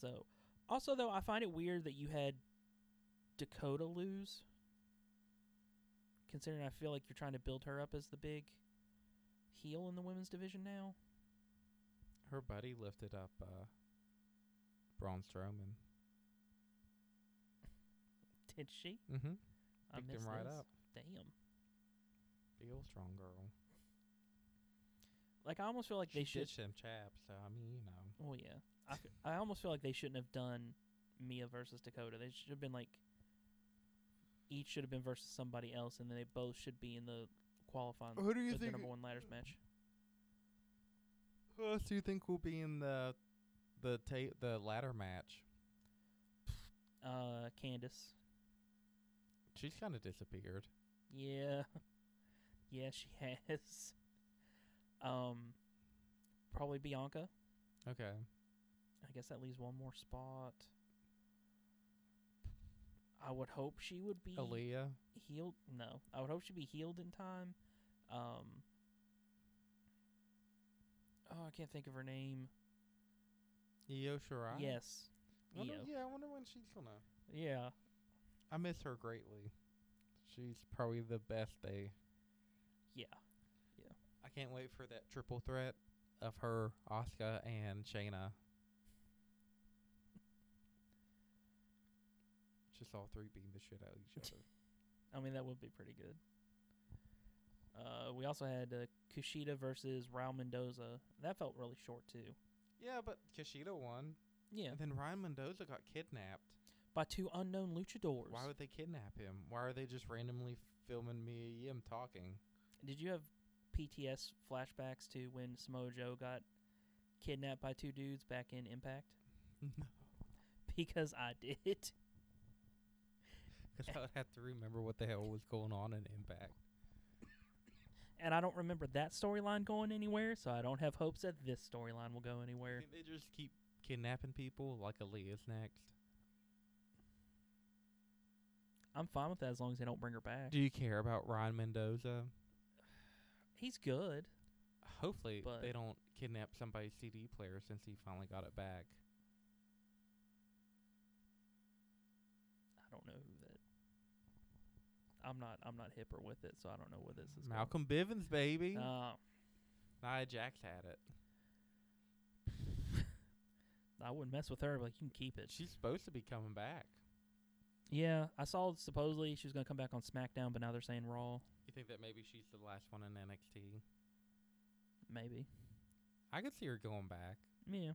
Speaker 1: So, also though, I find it weird that you had Dakota lose, considering I feel like you're trying to build her up as the big heel in the women's division now? (laughs)
Speaker 2: Her buddy lifted up uh, Braun Strowman.
Speaker 1: Did she?
Speaker 2: Mm-hmm.
Speaker 1: I
Speaker 2: Picked
Speaker 1: missed
Speaker 2: him right
Speaker 1: this.
Speaker 2: up.
Speaker 1: Damn.
Speaker 2: Feel strong, girl.
Speaker 1: Like I almost feel like they
Speaker 2: she
Speaker 1: should.
Speaker 2: ditched them chaps, so I mean, you know.
Speaker 1: Well, yeah. I, f- I almost feel like they shouldn't have done Mia versus Dakota. They should have been like each should have been versus somebody else, and then they both should be in the qualifying
Speaker 2: Who do you
Speaker 1: the
Speaker 2: think-
Speaker 1: number one ladders match.
Speaker 2: Who else do you think will be in the the ta- the ladder match?
Speaker 1: Uh, Candace.
Speaker 2: She's kind of disappeared.
Speaker 1: Yeah, (laughs) yeah, she (laughs) has. Um, probably Bianca.
Speaker 2: Okay.
Speaker 1: I guess that leaves one more spot. I would hope she would be
Speaker 2: Aaliyah.
Speaker 1: healed. No, I would hope she'd be healed in time. Um, oh, I can't think of her name.
Speaker 2: Io Shirai.
Speaker 1: Yes,
Speaker 2: I wonder-
Speaker 1: Io.
Speaker 2: yeah, I wonder when she's gonna.
Speaker 1: Yeah,
Speaker 2: I miss her greatly. She's probably the best they.
Speaker 1: yeah.
Speaker 2: I can't wait for that triple threat of her, Asuka, and Shayna. Just all three beating the shit out of each
Speaker 1: (laughs)
Speaker 2: other.
Speaker 1: I mean, that would be pretty good. Uh, we also had uh, Kushida versus Raul Mendoza. That felt really short too.
Speaker 2: yeah, but Kushida won,
Speaker 1: Yeah,
Speaker 2: and then Ryan Mendoza got kidnapped.
Speaker 1: by two unknown luchadors.
Speaker 2: Why would they kidnap him? Why are they just randomly filming me and him talking? (laughs)
Speaker 1: Did you have PTS flashbacks to when Samoa Joe got kidnapped by two dudes back in
Speaker 2: (laughs)
Speaker 1: Impact? (laughs) Because I did.
Speaker 2: Because I would have to remember what the hell was going on in Impact.
Speaker 1: and I don't remember that storyline going anywhere, so I don't have hopes that this storyline will go anywhere.
Speaker 2: Can they just keep kidnapping people like Aaliyah's next?
Speaker 1: I'm fine with that as long as they don't bring her back.
Speaker 2: Do you care about Ryan Mendoza?
Speaker 1: He's good.
Speaker 2: Hopefully
Speaker 1: But-
Speaker 2: they don't kidnap somebody's CD player since he finally got it back.
Speaker 1: I don't know who that. I'm not. I'm not hipper with it, so I don't know where this is. going.
Speaker 2: Malcolm Bivens, baby.
Speaker 1: Uh,
Speaker 2: Nia Jax had it.
Speaker 1: I wouldn't mess with her. But like, you can keep it.
Speaker 2: She's supposed to be coming back.
Speaker 1: Yeah, I saw supposedly she was gonna come back on SmackDown, but now they're saying Raw.
Speaker 2: You think that maybe she's the last one in NXT?
Speaker 1: Maybe.
Speaker 2: I could see her going back.
Speaker 1: Yeah.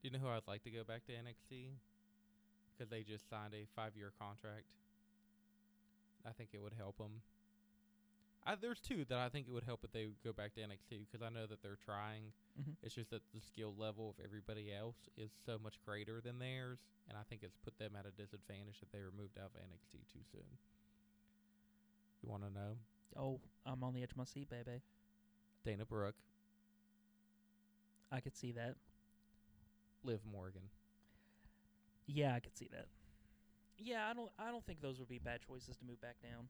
Speaker 2: Do you know who I'd like to go back to NXT? Because they just signed a five-year contract. I think it would help them. I, there's two that I think it would help if they would go back to NXT because I know that they're trying.
Speaker 1: Mhm.
Speaker 2: It's just that the skill level of everybody else is so much greater than theirs, and I think it's put them at a disadvantage if they were moved out of NXT too soon. You want to know
Speaker 1: Oh, I'm on the edge of my seat, baby.
Speaker 2: Dana Brooke,
Speaker 1: I could see that.
Speaker 2: Liv Morgan.
Speaker 1: Yeah, I could see that. Yeah, I don't. I don't think those would be bad choices to move back down.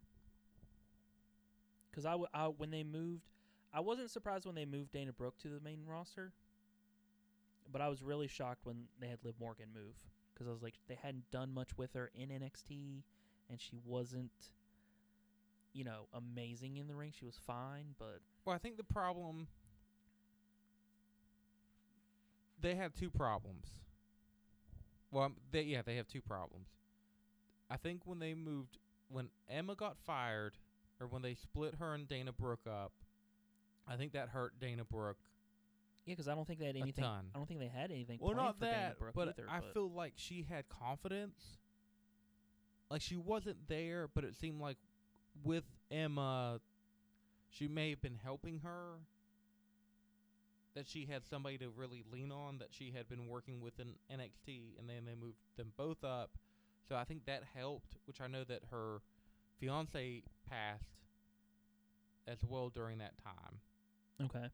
Speaker 1: Because I, w- I when they moved, I wasn't surprised when they moved Dana Brooke to the main roster. But I was really shocked when they had Liv Morgan move because I was like, they hadn't done much with her in NXT, and she wasn't, you know, amazing in the ring. She was fine, but
Speaker 2: Well, I think the problem they have two problems. Well, um, they yeah, they have two problems. I think when they moved when Emma got fired or when they split her and Dana Brooke up, I think that hurt Dana Brooke
Speaker 1: yeah, because I don't think they had
Speaker 2: a
Speaker 1: anything.
Speaker 2: ton.
Speaker 1: I don't think they had anything.
Speaker 2: Well,
Speaker 1: planned
Speaker 2: not
Speaker 1: for Dana
Speaker 2: that,
Speaker 1: Brooke
Speaker 2: but
Speaker 1: either,
Speaker 2: I
Speaker 1: but
Speaker 2: feel like she had confidence. Like she wasn't there, but it seemed like with Emma, she may have been helping her. That she had somebody to really lean on that she had been working with in NXT, and then they moved them both up. So I think that helped, which I know that her fiance passed as well during that time.
Speaker 1: okay.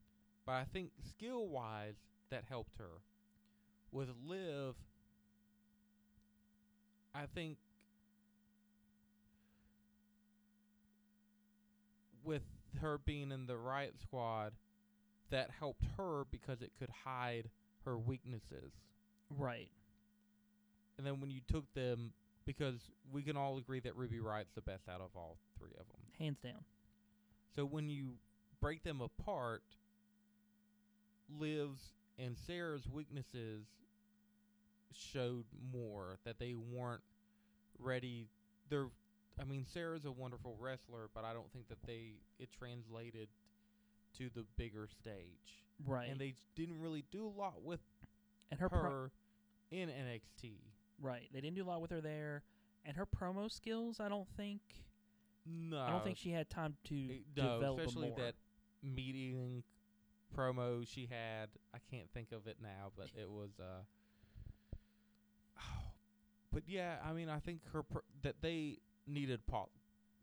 Speaker 2: But I think skill wise, that helped her. With Liv, I think with her being in the riot squad, that helped her because it could hide her weaknesses.
Speaker 1: Right.
Speaker 2: And then when you took them, because we can all agree that Ruby Riot's the best out of all three of them.
Speaker 1: Hands down.
Speaker 2: So when you break them apart, Liv's and Sarah's weaknesses showed more that they weren't ready. They're, I mean, Sarah's a wonderful wrestler, but I don't think that they it translated to the bigger stage,
Speaker 1: right?
Speaker 2: and they didn't really do a lot with
Speaker 1: And her
Speaker 2: her
Speaker 1: pro-
Speaker 2: in NXT.
Speaker 1: right, they didn't do a lot with her there, and her promo skills. I don't think
Speaker 2: No,
Speaker 1: I don't think she had time to
Speaker 2: it- Uh, eh, no,
Speaker 1: develop
Speaker 2: especially
Speaker 1: more.
Speaker 2: that meeting promo she had. I can't think of it now, but it was. uh (sighs) But yeah, I mean, I think her pro- that they needed pol-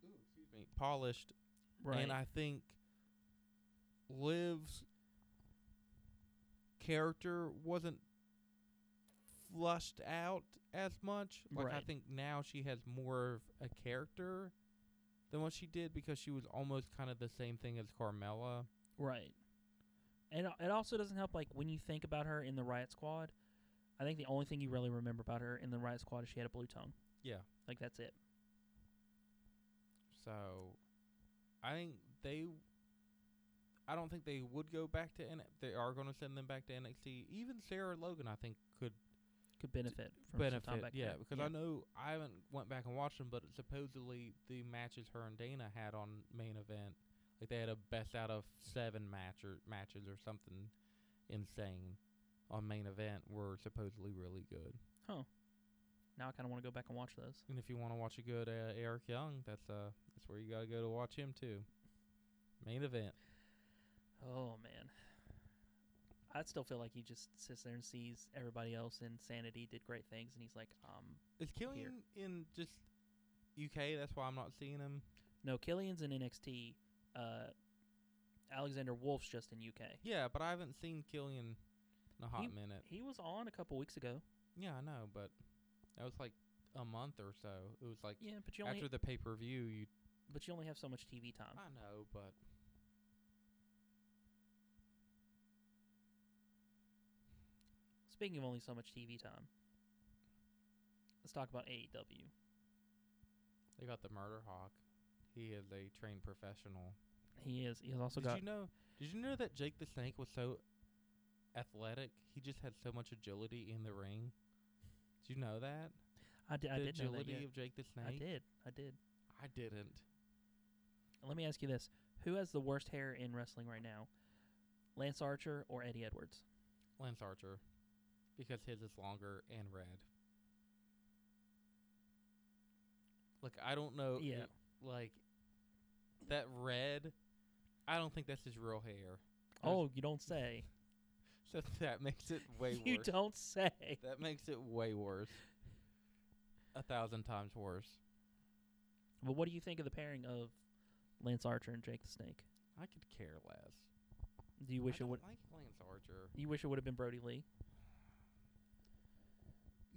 Speaker 2: Ooh, excuse me, polished,
Speaker 1: right,
Speaker 2: and I think Liv's character wasn't flushed out as much. Like I
Speaker 1: Right.
Speaker 2: think now she has more of a character than what she did because she was almost kind of the same thing as Carmella.
Speaker 1: right. And uh, it also doesn't help like when you think about her in the Riot Squad. I think the only thing you really remember about her in the Riot Squad is she had a blue tongue.
Speaker 2: Yeah.
Speaker 1: Like that's it.
Speaker 2: So I think they I don't think they would go back to N they are going to send them back to NXT. Even Sarah Logan I think could
Speaker 1: Could benefit from some time
Speaker 2: benefit.
Speaker 1: back
Speaker 2: Yeah,
Speaker 1: there.
Speaker 2: because I know I haven't went back and watched them, but supposedly the matches her and Dana had on main event, like they had a best out of seven match or matches or something insane on main event were supposedly really good.
Speaker 1: now I kind of want to go back and watch those.
Speaker 2: And if you want to watch a good uh, Eric Young, that's uh that's where you got to go to watch him too. Main event.
Speaker 1: Oh man, I still feel like he just sits there and sees everybody else in sanity did great things, and he's like, um,
Speaker 2: Is Killian in just UK? That's why I'm not seeing him.
Speaker 1: no, Killian's in NXT. Uh, Alexander Wolf's just in UK.
Speaker 2: Yeah, but I haven't seen Killian in a hot
Speaker 1: He-
Speaker 2: minute.
Speaker 1: He was on a couple weeks ago.
Speaker 2: Yeah, I know, but that was like a month or so. It was like
Speaker 1: Yeah, but you only Um.
Speaker 2: after Ah. the pay per view. You,
Speaker 1: but you only have so much TV time.
Speaker 2: I know, but
Speaker 1: Speaking of only so much TV time, let's talk about E AEW.
Speaker 2: they got the Murder Hawk. He is a trained professional.
Speaker 1: He is. He has also
Speaker 2: did
Speaker 1: got
Speaker 2: you know? Did you know that Jake the Snake was so athletic? He just had so much agility in the ring. Did you know that?
Speaker 1: I did. I
Speaker 2: the
Speaker 1: did know that.
Speaker 2: agility
Speaker 1: yeah.
Speaker 2: of Jake the Snake.
Speaker 1: I did. I did.
Speaker 2: I didn't.
Speaker 1: Let me ask you this: Who has the worst hair in wrestling right now, Lance Archer or Eddie Edwards?
Speaker 2: Lance Archer, because his is longer and red. Like I don't know.
Speaker 1: Yeah.
Speaker 2: it- like that red. I don't think that's his real hair. (laughs) I was-
Speaker 1: Oh, you don't say.
Speaker 2: So that
Speaker 1: (laughs)
Speaker 2: makes it (laughs) way
Speaker 1: you
Speaker 2: worse.
Speaker 1: don't say.
Speaker 2: That makes it way worse. A thousand times worse.
Speaker 1: But what do you think of the pairing of Lance Archer and Jake the Snake?
Speaker 2: I could care less.
Speaker 1: Do you wish
Speaker 2: I
Speaker 1: it
Speaker 2: don't
Speaker 1: would?
Speaker 2: like Lance Archer.
Speaker 1: You wish it would have been Brody Lee.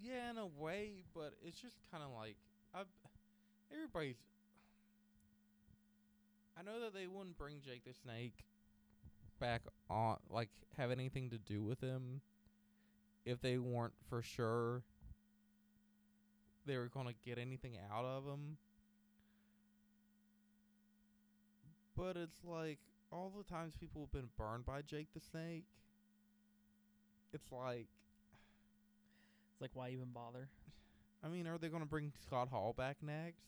Speaker 2: Yeah, in a way, but it's just kind of like I. Everybody's. I know that they wouldn't bring Jake the Snake back on, like have anything to do with him, if they weren't for sure they were gonna get anything out of him. But it's like all the times people have been burned by Jake the Snake. It's like
Speaker 1: It's like why even bother?
Speaker 2: I mean, are they going to bring Scott Hall back next?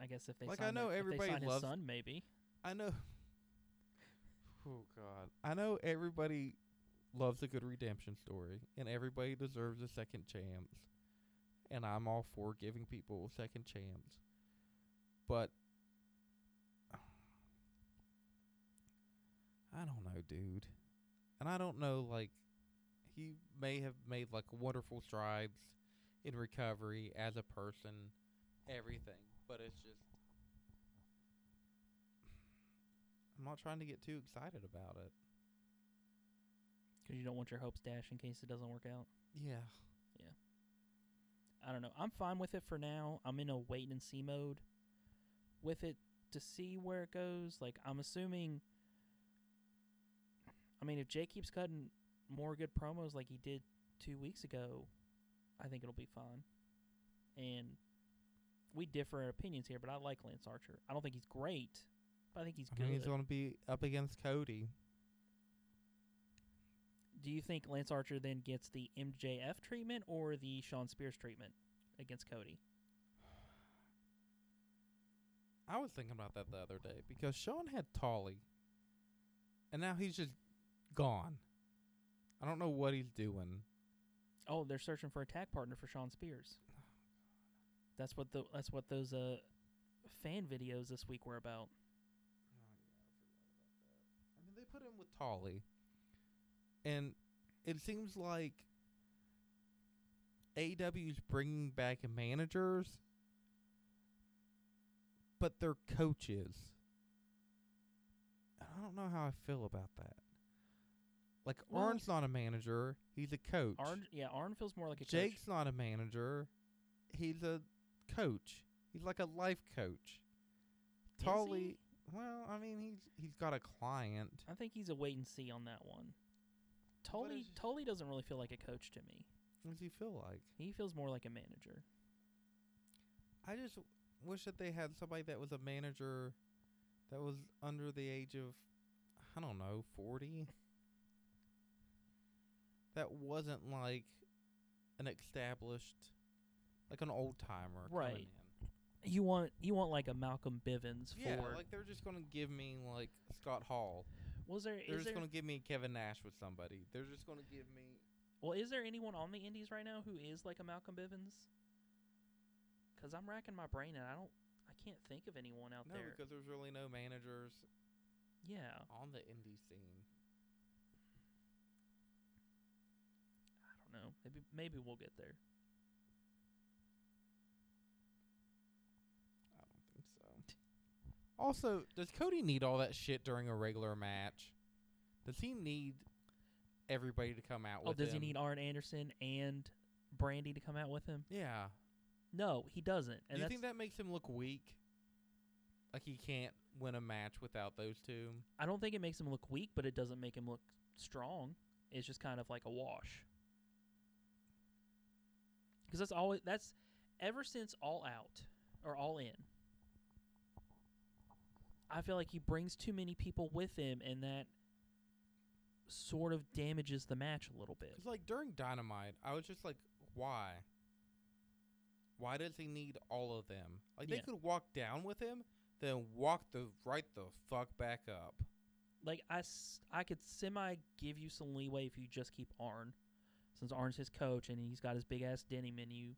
Speaker 1: I guess if they
Speaker 2: Like, I
Speaker 1: sign
Speaker 2: know
Speaker 1: their- if
Speaker 2: everybody
Speaker 1: they sign
Speaker 2: loves-
Speaker 1: his son, maybe.
Speaker 2: I know. Oh God! I know everybody loves a good redemption story, and everybody deserves a second chance, and I'm all for giving people a second chance. But (sighs) I don't know, dude, and I don't know. Like, he may have made like wonderful strides in recovery as a person, everything, but it's just. I'm not trying to get too excited about it.
Speaker 1: 'Cause you don't want your hopes dashed in case it doesn't work out.
Speaker 2: Yeah.
Speaker 1: I don't know. I'm fine with it for now. I'm in a wait and see mode with it to see where it goes. Like I'm assuming I mean if Jay keeps cutting more good promos like he did 2 weeks ago, I think it'll be fine. And we differ in opinions here, but I like Lance Archer. I don't think he's great, I think he's
Speaker 2: I
Speaker 1: good.
Speaker 2: mean, he's going to be up against Cody.
Speaker 1: Do you think Lance Archer then gets the MJF treatment or the Sean Spears treatment against Cody?
Speaker 2: I was thinking about that the other day because Sean had Tolly, and now he's just gone. I don't know what he's doing.
Speaker 1: Oh, they're searching for a tag partner for Sean Spears. That's what the that's what those uh fan videos this week were about.
Speaker 2: Oh, I mean, they put him with Tolly, and it seems like AEW's bringing back managers, but they're coaches. I don't know how I feel about that. Like
Speaker 1: Well-
Speaker 2: Arn's not a manager; he's a coach.
Speaker 1: Arn, yeah, Arn feels more like a coach.
Speaker 2: Jake's not a manager; he's a coach. He's like a life coach.
Speaker 1: Is
Speaker 2: Tolly, well, I mean, he's he's got a client.
Speaker 1: I think he's a wait and see on that one. Tully
Speaker 2: is-
Speaker 1: Tully doesn't really feel like a coach to me.
Speaker 2: What does he feel like?
Speaker 1: He feels more like a manager.
Speaker 2: I just wish that they had somebody that was a manager that was under the age of, I don't know, 40. That wasn't like an established, like an old timer.
Speaker 1: Right.
Speaker 2: Coming in.
Speaker 1: You want you want like a Malcolm Bivens
Speaker 2: Yeah,
Speaker 1: for
Speaker 2: like they're just going to give me like Scott Hall.
Speaker 1: was there
Speaker 2: They're
Speaker 1: is
Speaker 2: just
Speaker 1: there
Speaker 2: going to give me Kevin Nash with somebody. They're just going to give me.
Speaker 1: well is there anyone on the Indies right now who is like a Malcolm Bivens? Because I'm racking my brain and I don't I can't think of anyone out
Speaker 2: No,
Speaker 1: there.
Speaker 2: because there's really no managers
Speaker 1: yeah,
Speaker 2: on the indie scene.
Speaker 1: I don't know. Maybe maybe we'll get there.
Speaker 2: I don't think so. Also, does Cody need all that shit during a regular match? Does he need everybody to come out
Speaker 1: Oh,
Speaker 2: with
Speaker 1: does
Speaker 2: him?
Speaker 1: he need Arn Anderson and Brandy to come out with him?
Speaker 2: Yeah.
Speaker 1: No, he doesn't. And
Speaker 2: Do you
Speaker 1: that's,
Speaker 2: think that makes him look weak? Like he can't win a match without those two?
Speaker 1: I don't think it makes him look weak, but it doesn't make him look strong. It's just kind of like a wash. Because that's always that's ever since All Out or All In. I feel like he brings too many people with him, and that sort of damages the match a little bit.
Speaker 2: Because like during Dynamite, I was just like, why? Why does he need all of them? Like they
Speaker 1: Yeah.
Speaker 2: could walk down with him, then walk the right the fuck back up.
Speaker 1: like I, s- I could semi give you some leeway if you just keep Arn, since Arn's his coach and he's got his big ass Denny menu,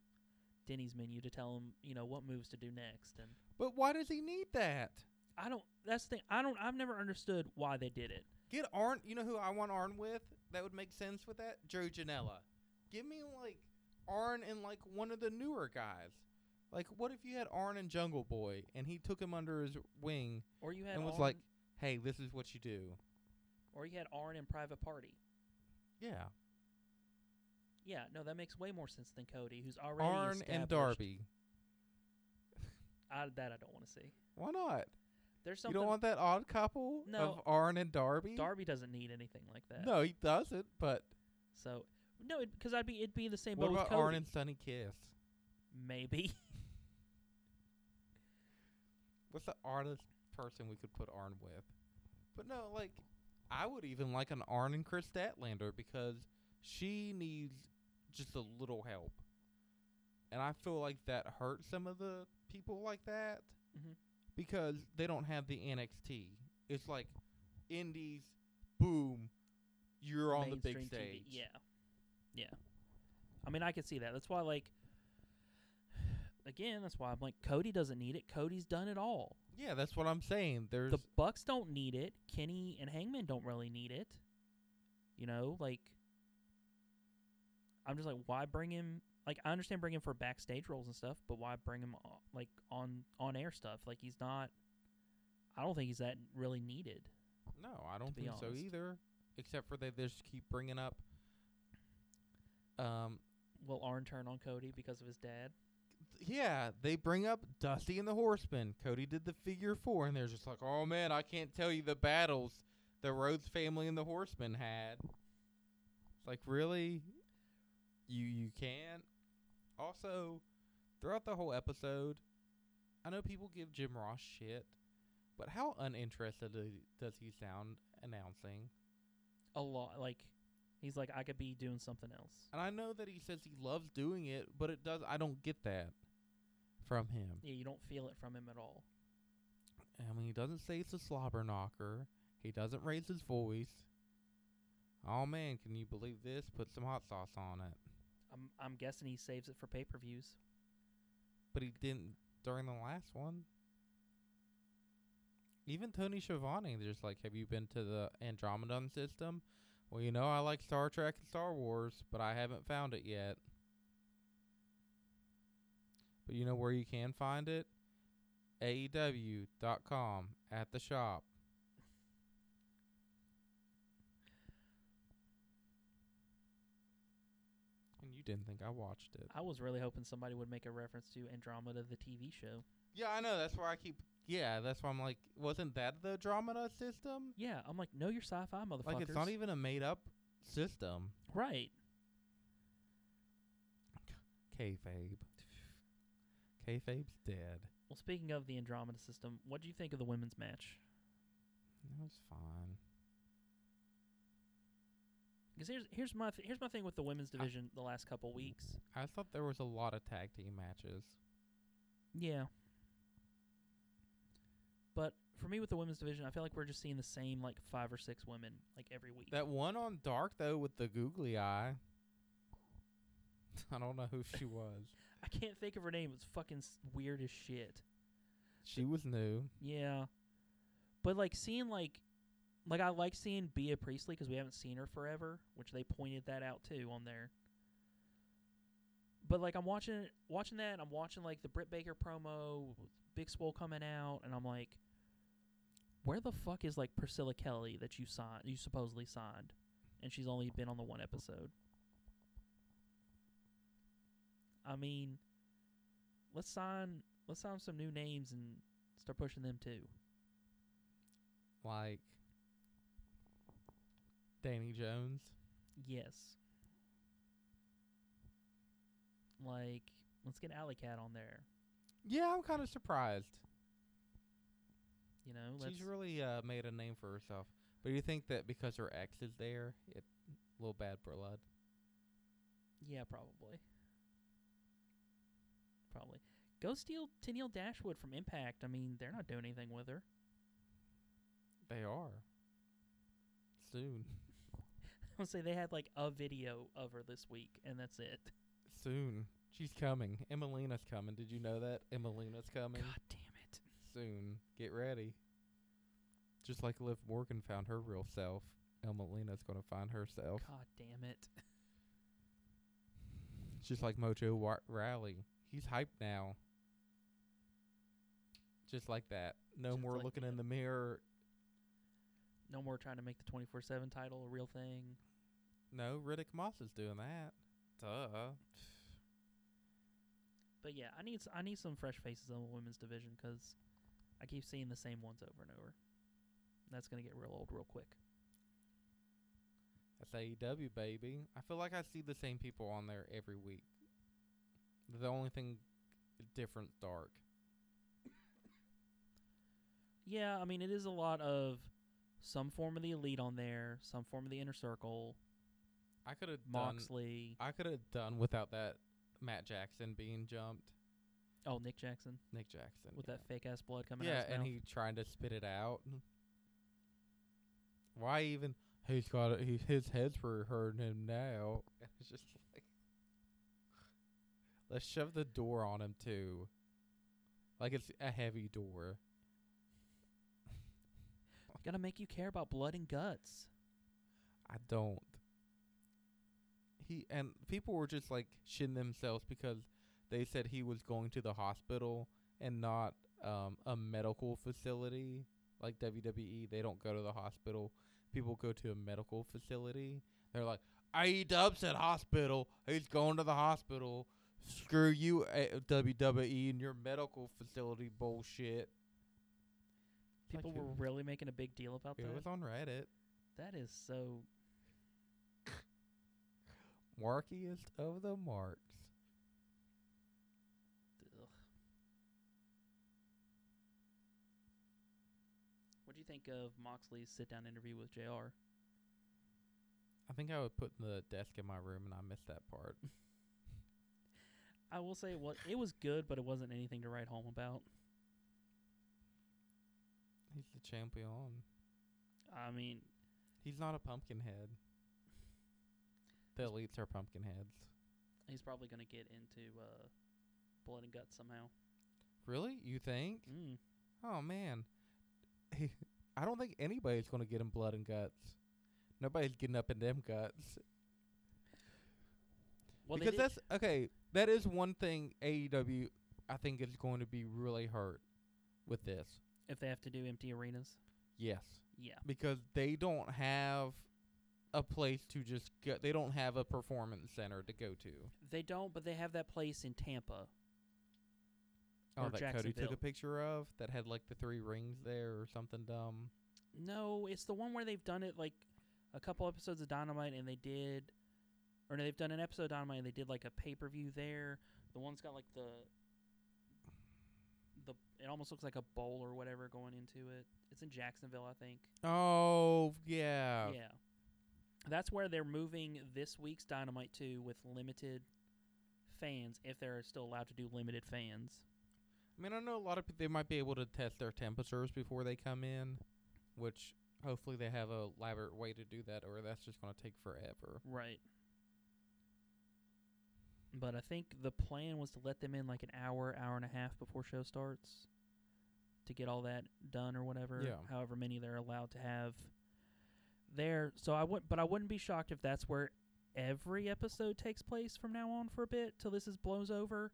Speaker 1: Denny's menu to tell him you know what moves to do next. And
Speaker 2: But why does he need that?
Speaker 1: I don't. That's the thing. I don't. I've never understood why they did it.
Speaker 2: Get Arn. You know who I want Arn with? That would make sense with that. Joe Janela. Give me like Arn and like one of the newer guys. Like, what if you had Arn and Jungle Boy, and he took him under his wing
Speaker 1: Or you had
Speaker 2: and was
Speaker 1: Arn,
Speaker 2: like, "Hey, this is what you do."
Speaker 1: or you had Arn in private party.
Speaker 2: Yeah,
Speaker 1: Yeah, no, that makes way more sense than Cody, who's already
Speaker 2: Arn and
Speaker 1: established.
Speaker 2: Darby.
Speaker 1: I, that I don't want to see.
Speaker 2: Why not?
Speaker 1: There's
Speaker 2: You
Speaker 1: something.
Speaker 2: don't want that odd couple of
Speaker 1: No.
Speaker 2: Arn and Darby.
Speaker 1: Darby doesn't need anything like that.
Speaker 2: No, he doesn't. But
Speaker 1: So no, because I'd be it'd be the same.
Speaker 2: what
Speaker 1: boat with
Speaker 2: about
Speaker 1: Cody.
Speaker 2: Arn and Sunny Kiss?
Speaker 1: Maybe.
Speaker 2: What's the oddest person we could put Arn with? But no, like I would even like an Arn and Chris Statlander because she needs just a little help, and I feel like that hurts some of the people like that
Speaker 1: Mhm.
Speaker 2: because they don't have the NXT. It's like indies, boom, you're on the big
Speaker 1: mainstream
Speaker 2: stage.
Speaker 1: TV. Yeah, yeah. I mean, I could see that. That's why, like, (sighs) again, that's why I'm like, Cody doesn't need it. Cody's done it all.
Speaker 2: yeah, that's what I'm saying. There's
Speaker 1: the Bucks don't need it. Kenny and Hangman don't really need it. You know, like, I'm just like, why bring him? Like, I understand bring him for backstage roles and stuff, but why bring him o- like on on air stuff? Like, he's not. I don't think he's that really needed.
Speaker 2: No, I don't
Speaker 1: be
Speaker 2: think so
Speaker 1: honest.
Speaker 2: either. Except for they just keep bringing up. Um.
Speaker 1: Will Arn turn on Cody because of his dad?
Speaker 2: Yeah, they bring up Dusty and the Horseman. Cody did the figure four, and they're just like, "Oh man, I can't tell you the battles the Rhodes family and the Horseman had." It's like, really, you you can. Also, throughout the whole episode, I know people give Jim Ross shit, But how uninterested do- does he sound announcing?
Speaker 1: a lot. Like he's like, I could be doing something else.
Speaker 2: And I know that he says he loves doing it, but it does. I don't get that from him.
Speaker 1: Yeah, you don't feel it from him at all.
Speaker 2: I mean, he doesn't say it's a slobber knocker. He doesn't raise his voice. Oh man, can you believe this? Put some hot sauce on it.
Speaker 1: I'm I'm guessing he saves it for pay per views.
Speaker 2: But he didn't during the last one. Even Tony Schiavone, there's like, have you been to the Andromedon system? Well, you know, I like Star Trek and Star Wars, but I haven't found it yet. But you know where you can find it? E AEW.com at the shop. And you didn't think I watched it.
Speaker 1: I was really hoping somebody would make a reference to Andromeda, the TV show.
Speaker 2: Yeah, I know. That's why I keep. Yeah, that's why I'm like, wasn't that the Andromeda system?
Speaker 1: Yeah, I'm like, know your sci-fi, motherfuckers.
Speaker 2: Like, it's not even a made up system.
Speaker 1: right.
Speaker 2: Kayfabe. Kayfabe's dead.
Speaker 1: Well, speaking of the Andromeda system, what do you think of the women's match?
Speaker 2: That was fine.
Speaker 1: Because here's here's my th- here's my thing with the women's division the last couple weeks.
Speaker 2: I thought there was a lot of tag team matches.
Speaker 1: Yeah. But for me, with the women's division, I feel like we're just seeing the same like five or six women like every week.
Speaker 2: That one on Dark, though, with the googly eye. (laughs) I don't know who she was.
Speaker 1: I can't think of her name. It's fucking s- weird as shit.
Speaker 2: She was new.
Speaker 1: Yeah. But like seeing like like I like seeing Bea Priestley because we haven't seen her forever, which they pointed that out too on there. But like I'm watching watching that, and I'm watching like the Britt Baker promo, with Big Swole coming out, and I'm like, where the fuck is like Priscilla Kelly that you signed, you supposedly signed, and she's only been on the one episode. I mean, let's sign let's sign some new names and start pushing them too.
Speaker 2: Like, Danny Jones.
Speaker 1: Yes. Like, let's get Alley Cat on there.
Speaker 2: Yeah, I'm kind of surprised.
Speaker 1: You know, let's.
Speaker 2: She's really uh, made a name for herself. But you think that because her ex is there, it a little bad blood?
Speaker 1: yeah, probably. Probably. Go steal Tennille Dashwood from Impact. I mean, they're not doing anything with her. (laughs)
Speaker 2: They are. Soon.
Speaker 1: I would say they had like a video of her this week, and that's it.
Speaker 2: Soon. She's coming. Emelina's coming. Did you know that? Emelina's coming.
Speaker 1: God damn it!
Speaker 2: Soon. Get ready. Just like Liv Morgan found her real self, Emelina's going to find herself.
Speaker 1: God damn it!
Speaker 2: Just like Mojo Wa- Rally. He's hyped now. Just like that. No
Speaker 1: Just
Speaker 2: more
Speaker 1: like
Speaker 2: looking
Speaker 1: that.
Speaker 2: in the mirror.
Speaker 1: No more trying to make the twenty four seven title a real thing.
Speaker 2: No, Riddick Moss is doing that. Duh.
Speaker 1: But yeah, I need s- I need some fresh faces on the women's division 'cause I keep seeing the same ones over and over. That's gonna get real old real quick.
Speaker 2: That's AEW, baby. I feel like I see the same people on there every week. The only thing different, dark.
Speaker 1: Yeah, I mean it is a lot of some form of the elite on there, some form of the inner circle,
Speaker 2: I could have done.
Speaker 1: Moxley,
Speaker 2: I could have done without that Matt Jackson being jumped.
Speaker 1: oh Nick Jackson
Speaker 2: Nick Jackson
Speaker 1: with
Speaker 2: yeah.
Speaker 1: that fake ass blood coming out.
Speaker 2: Yeah,
Speaker 1: of his
Speaker 2: and
Speaker 1: mouth.
Speaker 2: he trying to spit it out. Why even? He's got it. He, his head's were hurting him now. (laughs) And it's just like, let's shove the door on him too. Like it's a heavy door.
Speaker 1: gotta make you care about blood and guts.
Speaker 2: I don't. He and people were just like shitting themselves because they said he was going to the hospital and not um, a medical facility like WWE. They don't go to the hospital. People go to a medical facility. They're like, "IE Dubs at hospital. He's going to the hospital. Screw you, A- WWE, and your medical facility bullshit." Like
Speaker 1: People
Speaker 2: who-
Speaker 1: were really making a big deal about
Speaker 2: It was
Speaker 1: that.
Speaker 2: on Reddit.
Speaker 1: That is so
Speaker 2: Markiest of the marks.
Speaker 1: ugh. you think of Moxley's sit down interview with JR?
Speaker 2: I think I would put the desk in my room, and I missed that part. (laughs)
Speaker 1: I will say what it was good, but it wasn't anything to write home about.
Speaker 2: He's the champion.
Speaker 1: I mean,
Speaker 2: He's not a pumpkin head. The elites are pumpkin heads.
Speaker 1: he's probably going to get into uh, blood and guts somehow.
Speaker 2: Really? You think?
Speaker 1: Mm.
Speaker 2: Oh man, I don't think anybody's gonna get him blood and guts. Nobody's getting up in them guts
Speaker 1: Well, they
Speaker 2: because
Speaker 1: did,
Speaker 2: that's okay. That is one thing AEW I think is going to be really hurt with this.
Speaker 1: if they have to do empty arenas,
Speaker 2: Yes,
Speaker 1: yeah,
Speaker 2: because they don't have a place to just go. They don't have a performance center to go to.
Speaker 1: they don't. But they have that place in Tampa.
Speaker 2: Oh,
Speaker 1: Or
Speaker 2: that Cody took
Speaker 1: Jacksonville.
Speaker 2: a picture of that had like the three rings there or something dumb.
Speaker 1: No, it's the one where they've done it like a couple episodes of Dynamite, and they did, or no, they've done an episode of Dynamite, and they did like a pay per view there. The one's got like the the it almost looks like a bowl or whatever going into it. It's in Jacksonville, I think.
Speaker 2: Oh yeah,
Speaker 1: Yeah. That's where they're moving this week's Dynamite to with limited fans, if they're still allowed to do limited fans.
Speaker 2: I mean, I know a lot of people, they might be able to test their temperatures before they come in, which hopefully they have a elaborate way to do that, or that's just going to take forever.
Speaker 1: Right. But I think the plan was to let them in like an hour, hour and a half before show starts to get all that done or whatever.
Speaker 2: Yeah.
Speaker 1: However many they're allowed to have there. So I would but I wouldn't be shocked if that's where every episode takes place from now on for a bit till this is blows over.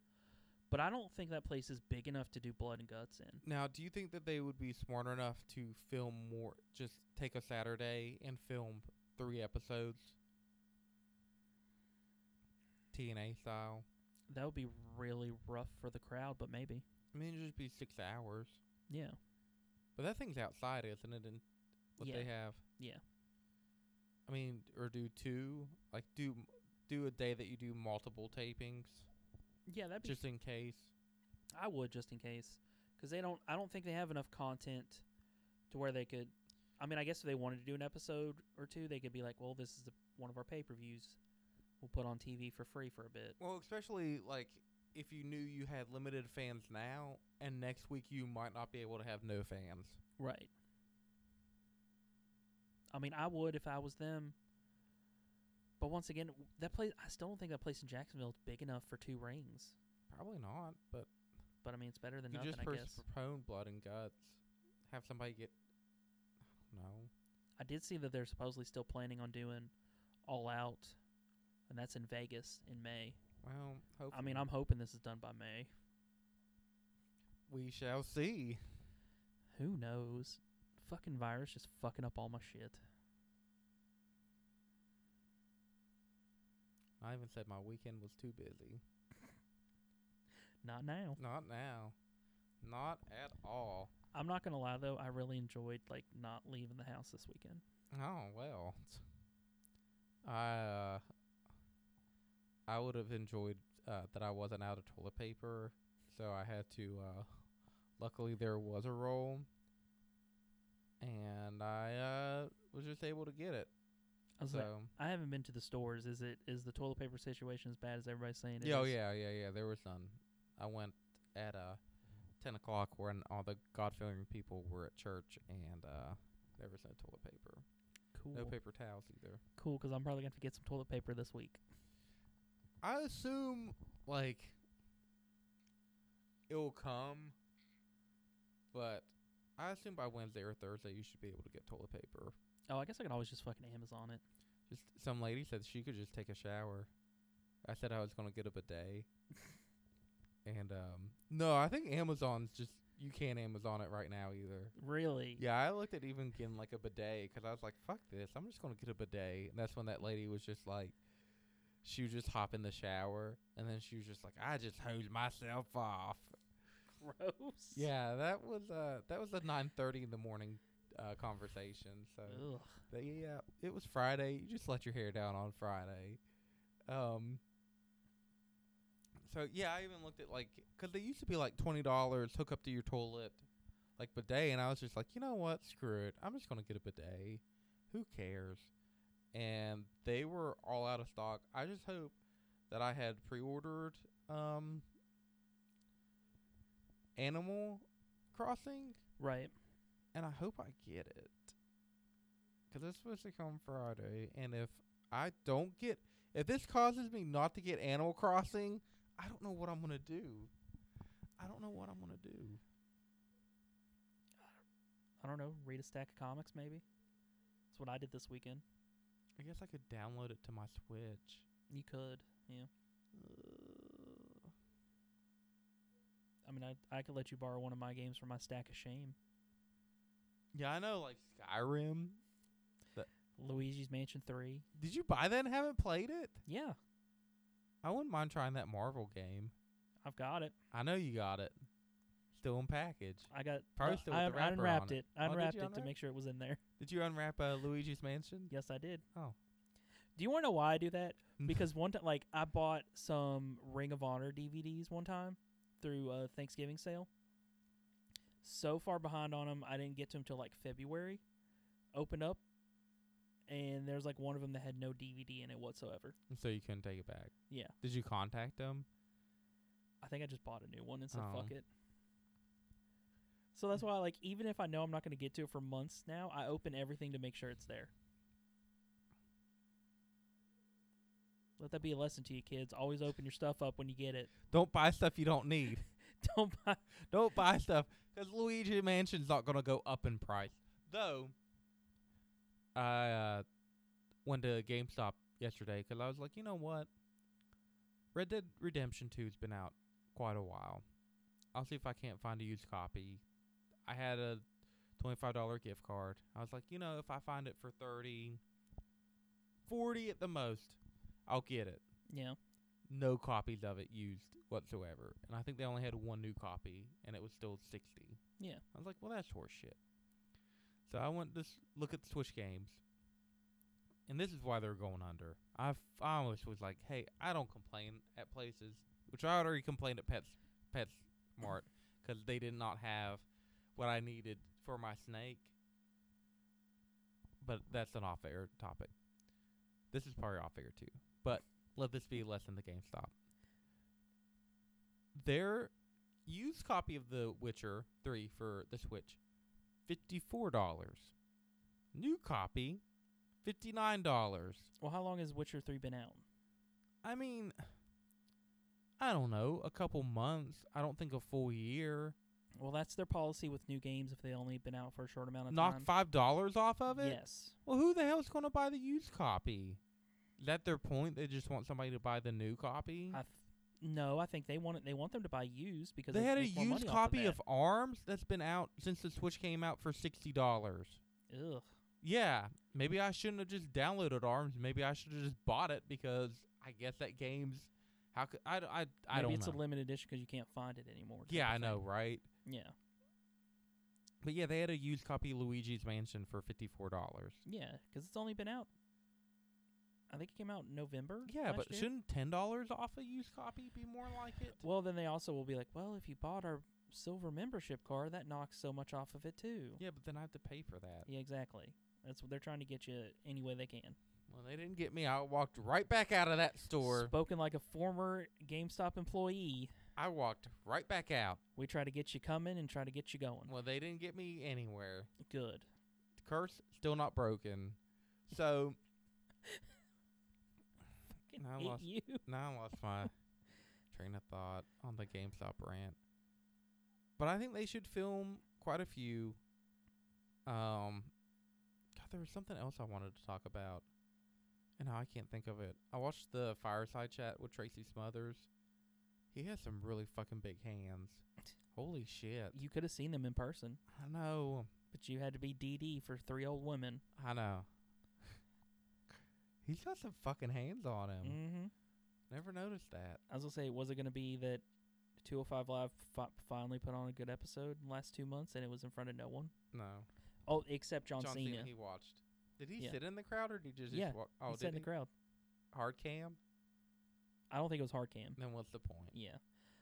Speaker 1: But I don't think that place is big enough to do blood and guts in.
Speaker 2: Now, do you think that they would be smart enough to film more, just take a Saturday and film three episodes? TNA style.
Speaker 1: That would be really rough for the crowd, but maybe.
Speaker 2: I mean, it'd just be six hours.
Speaker 1: Yeah.
Speaker 2: But that thing's outside, isn't it? And what
Speaker 1: Yeah.
Speaker 2: they have.
Speaker 1: Yeah.
Speaker 2: I mean, or do two, like do do a day that you do multiple tapings.
Speaker 1: Yeah, that'd be
Speaker 2: just in case.
Speaker 1: I would just in case, because they don't. I don't think they have enough content to where they could. I mean, I guess if they wanted to do an episode or two, they could be like, "Well, this is the, one of our pay per views. We'll put on TV for free for a bit."
Speaker 2: Well, especially like if you knew you had limited fans now, and next week you might not be able to have no fans.
Speaker 1: Right. I mean, I would if I was them. But once again, w- that place. I still don't think that place in Jacksonville is big enough for two rings.
Speaker 2: Probably not, but
Speaker 1: But I mean, it's better than
Speaker 2: you
Speaker 1: nothing,
Speaker 2: just
Speaker 1: I guess.
Speaker 2: postpone blood and guts. Have somebody get. No.
Speaker 1: I did see that they're supposedly still planning on doing All Out, and that's in Vegas in May.
Speaker 2: Well, hopefully.
Speaker 1: I mean, I'm hoping this is done by May.
Speaker 2: We shall see.
Speaker 1: Who knows? Fucking virus just fucking up all my shit.
Speaker 2: I even said my weekend was too busy.
Speaker 1: Not now.
Speaker 2: Not now. Not at all.
Speaker 1: I'm not gonna lie though, I really enjoyed like not leaving the house this weekend.
Speaker 2: Oh well, I uh, I would have enjoyed uh, that I wasn't out of toilet paper, so I had to. Uh, luckily, there was a roll, and I uh, was just able to get it.
Speaker 1: I was
Speaker 2: so
Speaker 1: like, I haven't been to the stores. Is it is the toilet paper situation as bad as everybody's saying? it
Speaker 2: yeah, oh,
Speaker 1: is?
Speaker 2: yeah, yeah, yeah. There was none. I went at uh, ten o'clock when all the God fearing people were at church, and uh, there was no toilet paper,
Speaker 1: Cool.
Speaker 2: no paper towels either.
Speaker 1: Cool, because I'm probably gonna have to get some toilet paper this week.
Speaker 2: I assume like it'll come, but I assume by Wednesday or Thursday you should be able to get toilet paper.
Speaker 1: Oh, I guess I could always just fucking Amazon it.
Speaker 2: Just some lady said she could just take a shower. I said I was gonna get a (laughs) bidet, and um, no, I think Amazon's just you can't Amazon it right now either.
Speaker 1: Really?
Speaker 2: Yeah, I looked at even getting like a bidet 'cause I was like, "Fuck this! I'm just gonna get a bidet." And that's when that lady was just like, she was just hop in the shower, and then she was just like, "I just hose myself off."
Speaker 1: (laughs) Gross.
Speaker 2: Yeah, that was uh that was a 9:30 in the morning uh, conversation. So
Speaker 1: Ugh.
Speaker 2: th- yeah, it was Friday. You just let your hair down on Friday. Um. So yeah, I even looked at like 'cause they used to be like twenty dollars hook up to your toilet, like bidet, and I was just like, you know what, screw it, I'm just gonna get a bidet. Who cares? And they were all out of stock. I just hope that I had pre-ordered um, Animal Crossing,
Speaker 1: Right.
Speaker 2: and I hope I get it. 'Cause it's supposed to come Friday, and if I don't get, if this causes me not to get Animal Crossing, I don't know what I'm gonna do. I don't know what I'm gonna do.
Speaker 1: I don't know. Read a stack of comics, maybe. That's what I did this weekend.
Speaker 2: I guess I could download it to my Switch.
Speaker 1: You could. Yeah. I mean, I I could let you borrow one of my games from my stack of shame.
Speaker 2: (sighs) Yeah, I know, like Skyrim.
Speaker 1: Luigi's Mansion Three.
Speaker 2: Did you buy that and haven't played it?
Speaker 1: Yeah,
Speaker 2: I wouldn't mind trying that Marvel game.
Speaker 1: I've got it.
Speaker 2: I know you got it. Still in package.
Speaker 1: I got.
Speaker 2: Probably
Speaker 1: uh,
Speaker 2: still with
Speaker 1: I,
Speaker 2: the
Speaker 1: I
Speaker 2: wrapper on
Speaker 1: unwrapped
Speaker 2: it.
Speaker 1: it. I
Speaker 2: Oh, did
Speaker 1: unwrapped
Speaker 2: you
Speaker 1: it to
Speaker 2: unwrap?
Speaker 1: make sure it was in there.
Speaker 2: Did you unwrap uh, Luigi's Mansion?
Speaker 1: Yes, I did.
Speaker 2: Oh.
Speaker 1: Do you want to know why I do
Speaker 2: (laughs)
Speaker 1: that? Because one time, like, I bought some Ring of Honor DVDs one time through a Thanksgiving sale. So far behind on them, I didn't get to them till like February. Opened up, and there's like one of them that had no DVD in it whatsoever.
Speaker 2: so you couldn't take it back.
Speaker 1: Yeah.
Speaker 2: Did you contact them?
Speaker 1: I think I just bought a new one and said
Speaker 2: Oh.
Speaker 1: fuck it. So that's why, like, even if I know I'm not going to get to it for months now, I open everything to make sure it's there. Let that be a lesson to you, kids. Always open your stuff up when you get it. (laughs)
Speaker 2: Don't buy stuff you don't need.
Speaker 1: Don't buy.
Speaker 2: don't buy stuff because Luigi Mansion's not gonna go up in price. Though, I uh, went to GameStop yesterday 'cause I was like, you know what, Red Dead Redemption Two's been out quite a while. I'll see if I can't find a used copy. I had a twenty-five dollar gift card. I was like, you know, if I find it for thirty, forty at the most, I'll get it
Speaker 1: Yeah,
Speaker 2: no copies of it used whatsoever. And I think they only had one new copy, and it was still 60.
Speaker 1: Yeah.
Speaker 2: I was like, well, that's horseshit. So I went to s- look at the Switch games, and this is why they're going under. I, f- I almost was like, hey, I don't complain at places, which I already complained at Pets Pets Mart because they did not have what I needed for my snake. But that's an off-air topic. This is probably off-air too let this be a lesson to GameStop. Their used copy of The Witcher 3 for the Switch, $54. New copy, $59.
Speaker 1: Well, how long has Witcher Three been out?
Speaker 2: I mean, I don't know, a couple months. I don't think a full year.
Speaker 1: Well, that's their policy with new games if they only been out for a short amount of
Speaker 2: Knock
Speaker 1: time.
Speaker 2: $5 off of it?
Speaker 1: Yes.
Speaker 2: Well, who the hell's going to buy the used copy? Is that their point? They just want somebody to buy the new copy?
Speaker 1: I th- no, I think they want it. They want them to buy used because
Speaker 2: They had a
Speaker 1: make more
Speaker 2: used
Speaker 1: money off
Speaker 2: copy
Speaker 1: that.
Speaker 2: of, Arms that's been out since the Switch came out for sixty dollars.
Speaker 1: Ugh.
Speaker 2: Yeah, maybe I shouldn't have just downloaded Arms. Maybe I should have just bought it because I guess that game's how could I d- I I
Speaker 1: Maybe
Speaker 2: don't
Speaker 1: it's
Speaker 2: know.
Speaker 1: a limited edition because you can't find it anymore. type
Speaker 2: yeah,
Speaker 1: of
Speaker 2: I
Speaker 1: thing.
Speaker 2: know, right?
Speaker 1: Yeah.
Speaker 2: But yeah, they had a used copy of Luigi's Mansion for fifty four dollars.
Speaker 1: Yeah, 'cause it's only been out. I think it came out in November.
Speaker 2: Yeah,
Speaker 1: last
Speaker 2: but
Speaker 1: year.
Speaker 2: shouldn't ten dollars off a used copy be more like it?
Speaker 1: Well, then they also will be like, well, if you bought our silver membership card, that knocks so much off of it too.
Speaker 2: Yeah, but then I have to pay for that.
Speaker 1: Yeah, exactly. That's what they're trying to get you any way they can.
Speaker 2: Well, they didn't get me. I walked right back out of that store.
Speaker 1: Spoken like a former GameStop employee,
Speaker 2: I walked right back out.
Speaker 1: we try to get you coming and try to get you going.
Speaker 2: Well, they didn't get me anywhere.
Speaker 1: Good.
Speaker 2: curse still not broken. So (laughs)
Speaker 1: Fucking
Speaker 2: I
Speaker 1: hate
Speaker 2: lost-
Speaker 1: (laughs) you.
Speaker 2: now I lost my train of thought on the GameStop rant. But I think they should film quite a few. Um, God, there was something else I wanted to talk about, and now I can't think of it. I watched the fireside chat with Tracy Smothers. He has some really fucking big hands. Holy shit!
Speaker 1: You could have seen them in person,
Speaker 2: I know.
Speaker 1: but you had to be DD for three old women.
Speaker 2: I know. (laughs) He's got some fucking hands on him.
Speaker 1: Mm-hmm.
Speaker 2: Never noticed that.
Speaker 1: I was gonna say, was it gonna be that 205 Live fi- finally put on a good episode in the last two months and it was in front of no one?
Speaker 2: No.
Speaker 1: Oh, except John, Cena.
Speaker 2: he watched. Did he
Speaker 1: Yeah.
Speaker 2: sit in the crowd or did he just,
Speaker 1: Yeah,
Speaker 2: walk?
Speaker 1: He
Speaker 2: Oh,
Speaker 1: sat in
Speaker 2: did
Speaker 1: the
Speaker 2: he?
Speaker 1: crowd.
Speaker 2: Hard cam?
Speaker 1: I don't think it was hard cam.
Speaker 2: Mm. Then what's the point?
Speaker 1: Yeah.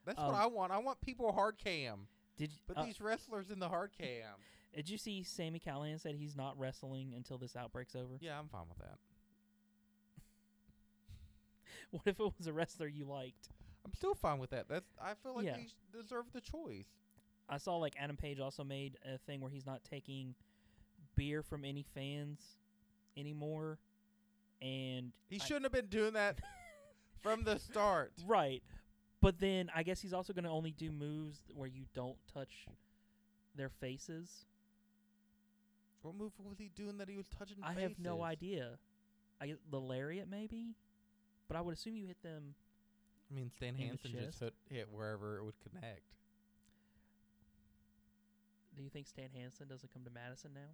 Speaker 2: That's
Speaker 1: Um,
Speaker 2: what I want. I want people hard cam.
Speaker 1: Did you,
Speaker 2: But
Speaker 1: uh,
Speaker 2: these wrestlers in the hard cam.
Speaker 1: (laughs) did you see Sammy Callahan said he's not wrestling until this outbreak's over? (laughs)
Speaker 2: yeah, I'm fine with that.
Speaker 1: What if it was a wrestler you liked?
Speaker 2: I'm still fine with that. That's I feel like
Speaker 1: Yeah.
Speaker 2: they sh- deserve the choice.
Speaker 1: I saw like Adam Page also made a thing where he's not taking beer from any fans anymore, and
Speaker 2: He
Speaker 1: I-
Speaker 2: shouldn't have been doing that
Speaker 1: (laughs)
Speaker 2: from the start.
Speaker 1: Right. But then I guess he's also going to only do moves where you don't touch their faces.
Speaker 2: What move was he doing that he was touching?
Speaker 1: I have no
Speaker 2: faces?
Speaker 1: idea. I guess the lariat maybe, but I would assume you hit them.
Speaker 2: I mean, Stan
Speaker 1: the
Speaker 2: Hansen just
Speaker 1: chest.
Speaker 2: hit, hit wherever it would connect.
Speaker 1: Do you think Stan Hansen doesn't come to Madison now?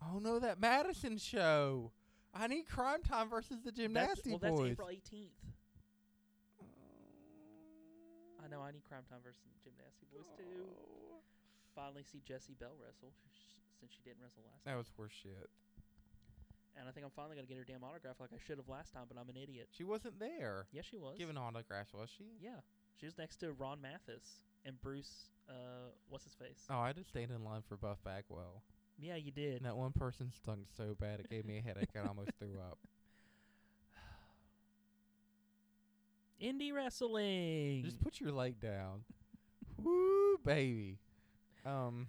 Speaker 2: Oh no, that Madison show! I need Crime Time versus the
Speaker 1: That's-
Speaker 2: Gymnasty
Speaker 1: well, that's
Speaker 2: Boys.
Speaker 1: April eighteenth. I know. I need Crime Time versus the Gymnasty Boys too.
Speaker 2: Oh.
Speaker 1: Finally, see Jessie Bell wrestle sh- since she didn't wrestle last. time.
Speaker 2: That was worse shit.
Speaker 1: And I think I'm finally gonna get her damn autograph like I should have last time, but I'm an idiot.
Speaker 2: She wasn't there.
Speaker 1: Yes, she was.
Speaker 2: Giving autographs, was she?
Speaker 1: Yeah, she was next to Ron Mathis and Bruce. Uh, what's his face?
Speaker 2: Oh, I just stayed in line for Buff Bagwell.
Speaker 1: Yeah, you did.
Speaker 2: And that one person stung so bad it gave me a headache. I almost threw
Speaker 1: (laughs)
Speaker 2: up.
Speaker 1: Indie wrestling.
Speaker 2: Just put your
Speaker 1: (laughs)
Speaker 2: leg down. Woo, baby. Um,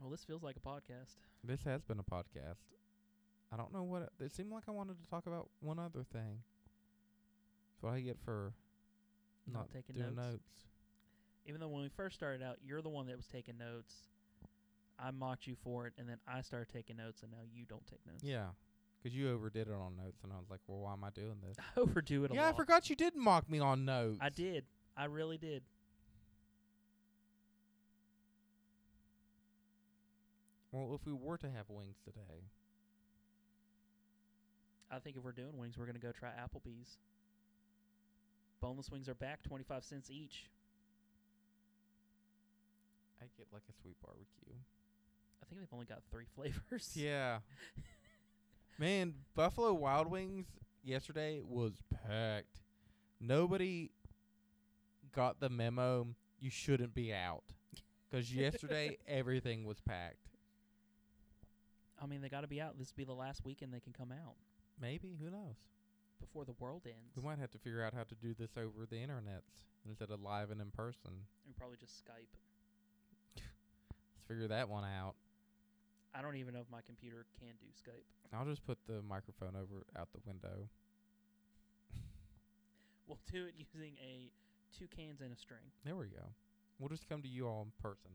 Speaker 1: well, this feels like a podcast.
Speaker 2: this has been a podcast. I don't know what it seemed like. I wanted to talk about one other thing. That's what I get for
Speaker 1: Not
Speaker 2: not,
Speaker 1: taking
Speaker 2: doing
Speaker 1: notes.
Speaker 2: notes.
Speaker 1: Even though when we first started out, you're the one that was taking notes. I mocked you for it, and then I started taking notes, and now you don't take notes. (laughs)
Speaker 2: Yeah. 'Cause you overdid it on notes, and I was like, "Well, why am I doing this?"
Speaker 1: I overdo it a
Speaker 2: yeah,
Speaker 1: lot.
Speaker 2: I forgot you did mock me on notes.
Speaker 1: I did. I really did.
Speaker 2: Well, if we were to have wings today,
Speaker 1: I think if we're doing wings, we're gonna go try Applebee's. Boneless wings are back, twenty five cents each.
Speaker 2: I get like a sweet barbecue.
Speaker 1: I think they've only got three (laughs) flavors.
Speaker 2: (laughs) Yeah. Man, Buffalo Wild Wings yesterday was packed. Nobody got the memo. You shouldn't be out. 'Cause (laughs) yesterday everything was packed.
Speaker 1: I mean, they got to be out. This will be the last weekend they can come out
Speaker 2: Maybe who knows?
Speaker 1: before the world ends.
Speaker 2: We might have to figure out how to do this over the internet instead of live and in person.
Speaker 1: And probably just Skype.
Speaker 2: Let's figure that one out.
Speaker 1: I don't even know if my computer can do Skype. (laughs)
Speaker 2: I'll just put the microphone over out the window.
Speaker 1: We'll do it using a two cans and a string.
Speaker 2: There we go. We'll just come to you all in person.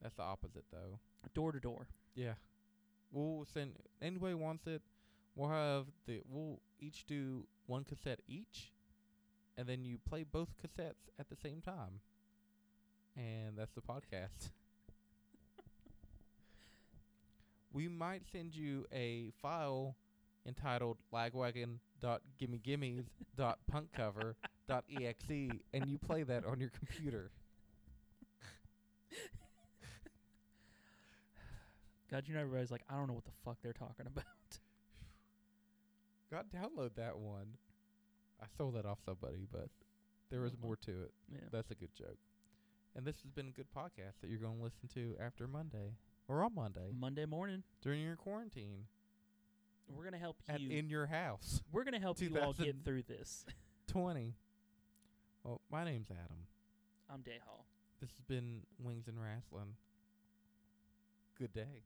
Speaker 2: That's the opposite though.
Speaker 1: Door to door.
Speaker 2: Yeah. We'll send anybody wants it. We'll have the we'll each do one cassette each, and then you play both cassettes at the same time. And that's the podcast. (laughs) we might send you a file entitled lagwagon.gimmegimmies.punkcover.exe E and you play that on your computer.
Speaker 1: God, you know everybody's like, I don't know what the fuck they're talking about. (laughs)
Speaker 2: Got download that one. I stole that off somebody, but there was
Speaker 1: Mhm.
Speaker 2: more to it.
Speaker 1: Yeah.
Speaker 2: That's a good joke. And this has been a good podcast that you're going to listen to after Monday or on Monday
Speaker 1: Monday morning,
Speaker 2: during your quarantine
Speaker 1: we're gonna help
Speaker 2: at
Speaker 1: you.
Speaker 2: in your house. (laughs)
Speaker 1: we're gonna help you all get
Speaker 2: 2000.
Speaker 1: through this. (laughs)
Speaker 2: 20. Well, my name's Adam.
Speaker 1: I'm Day Hall.
Speaker 2: This has been Wings and Wrestling. Good day.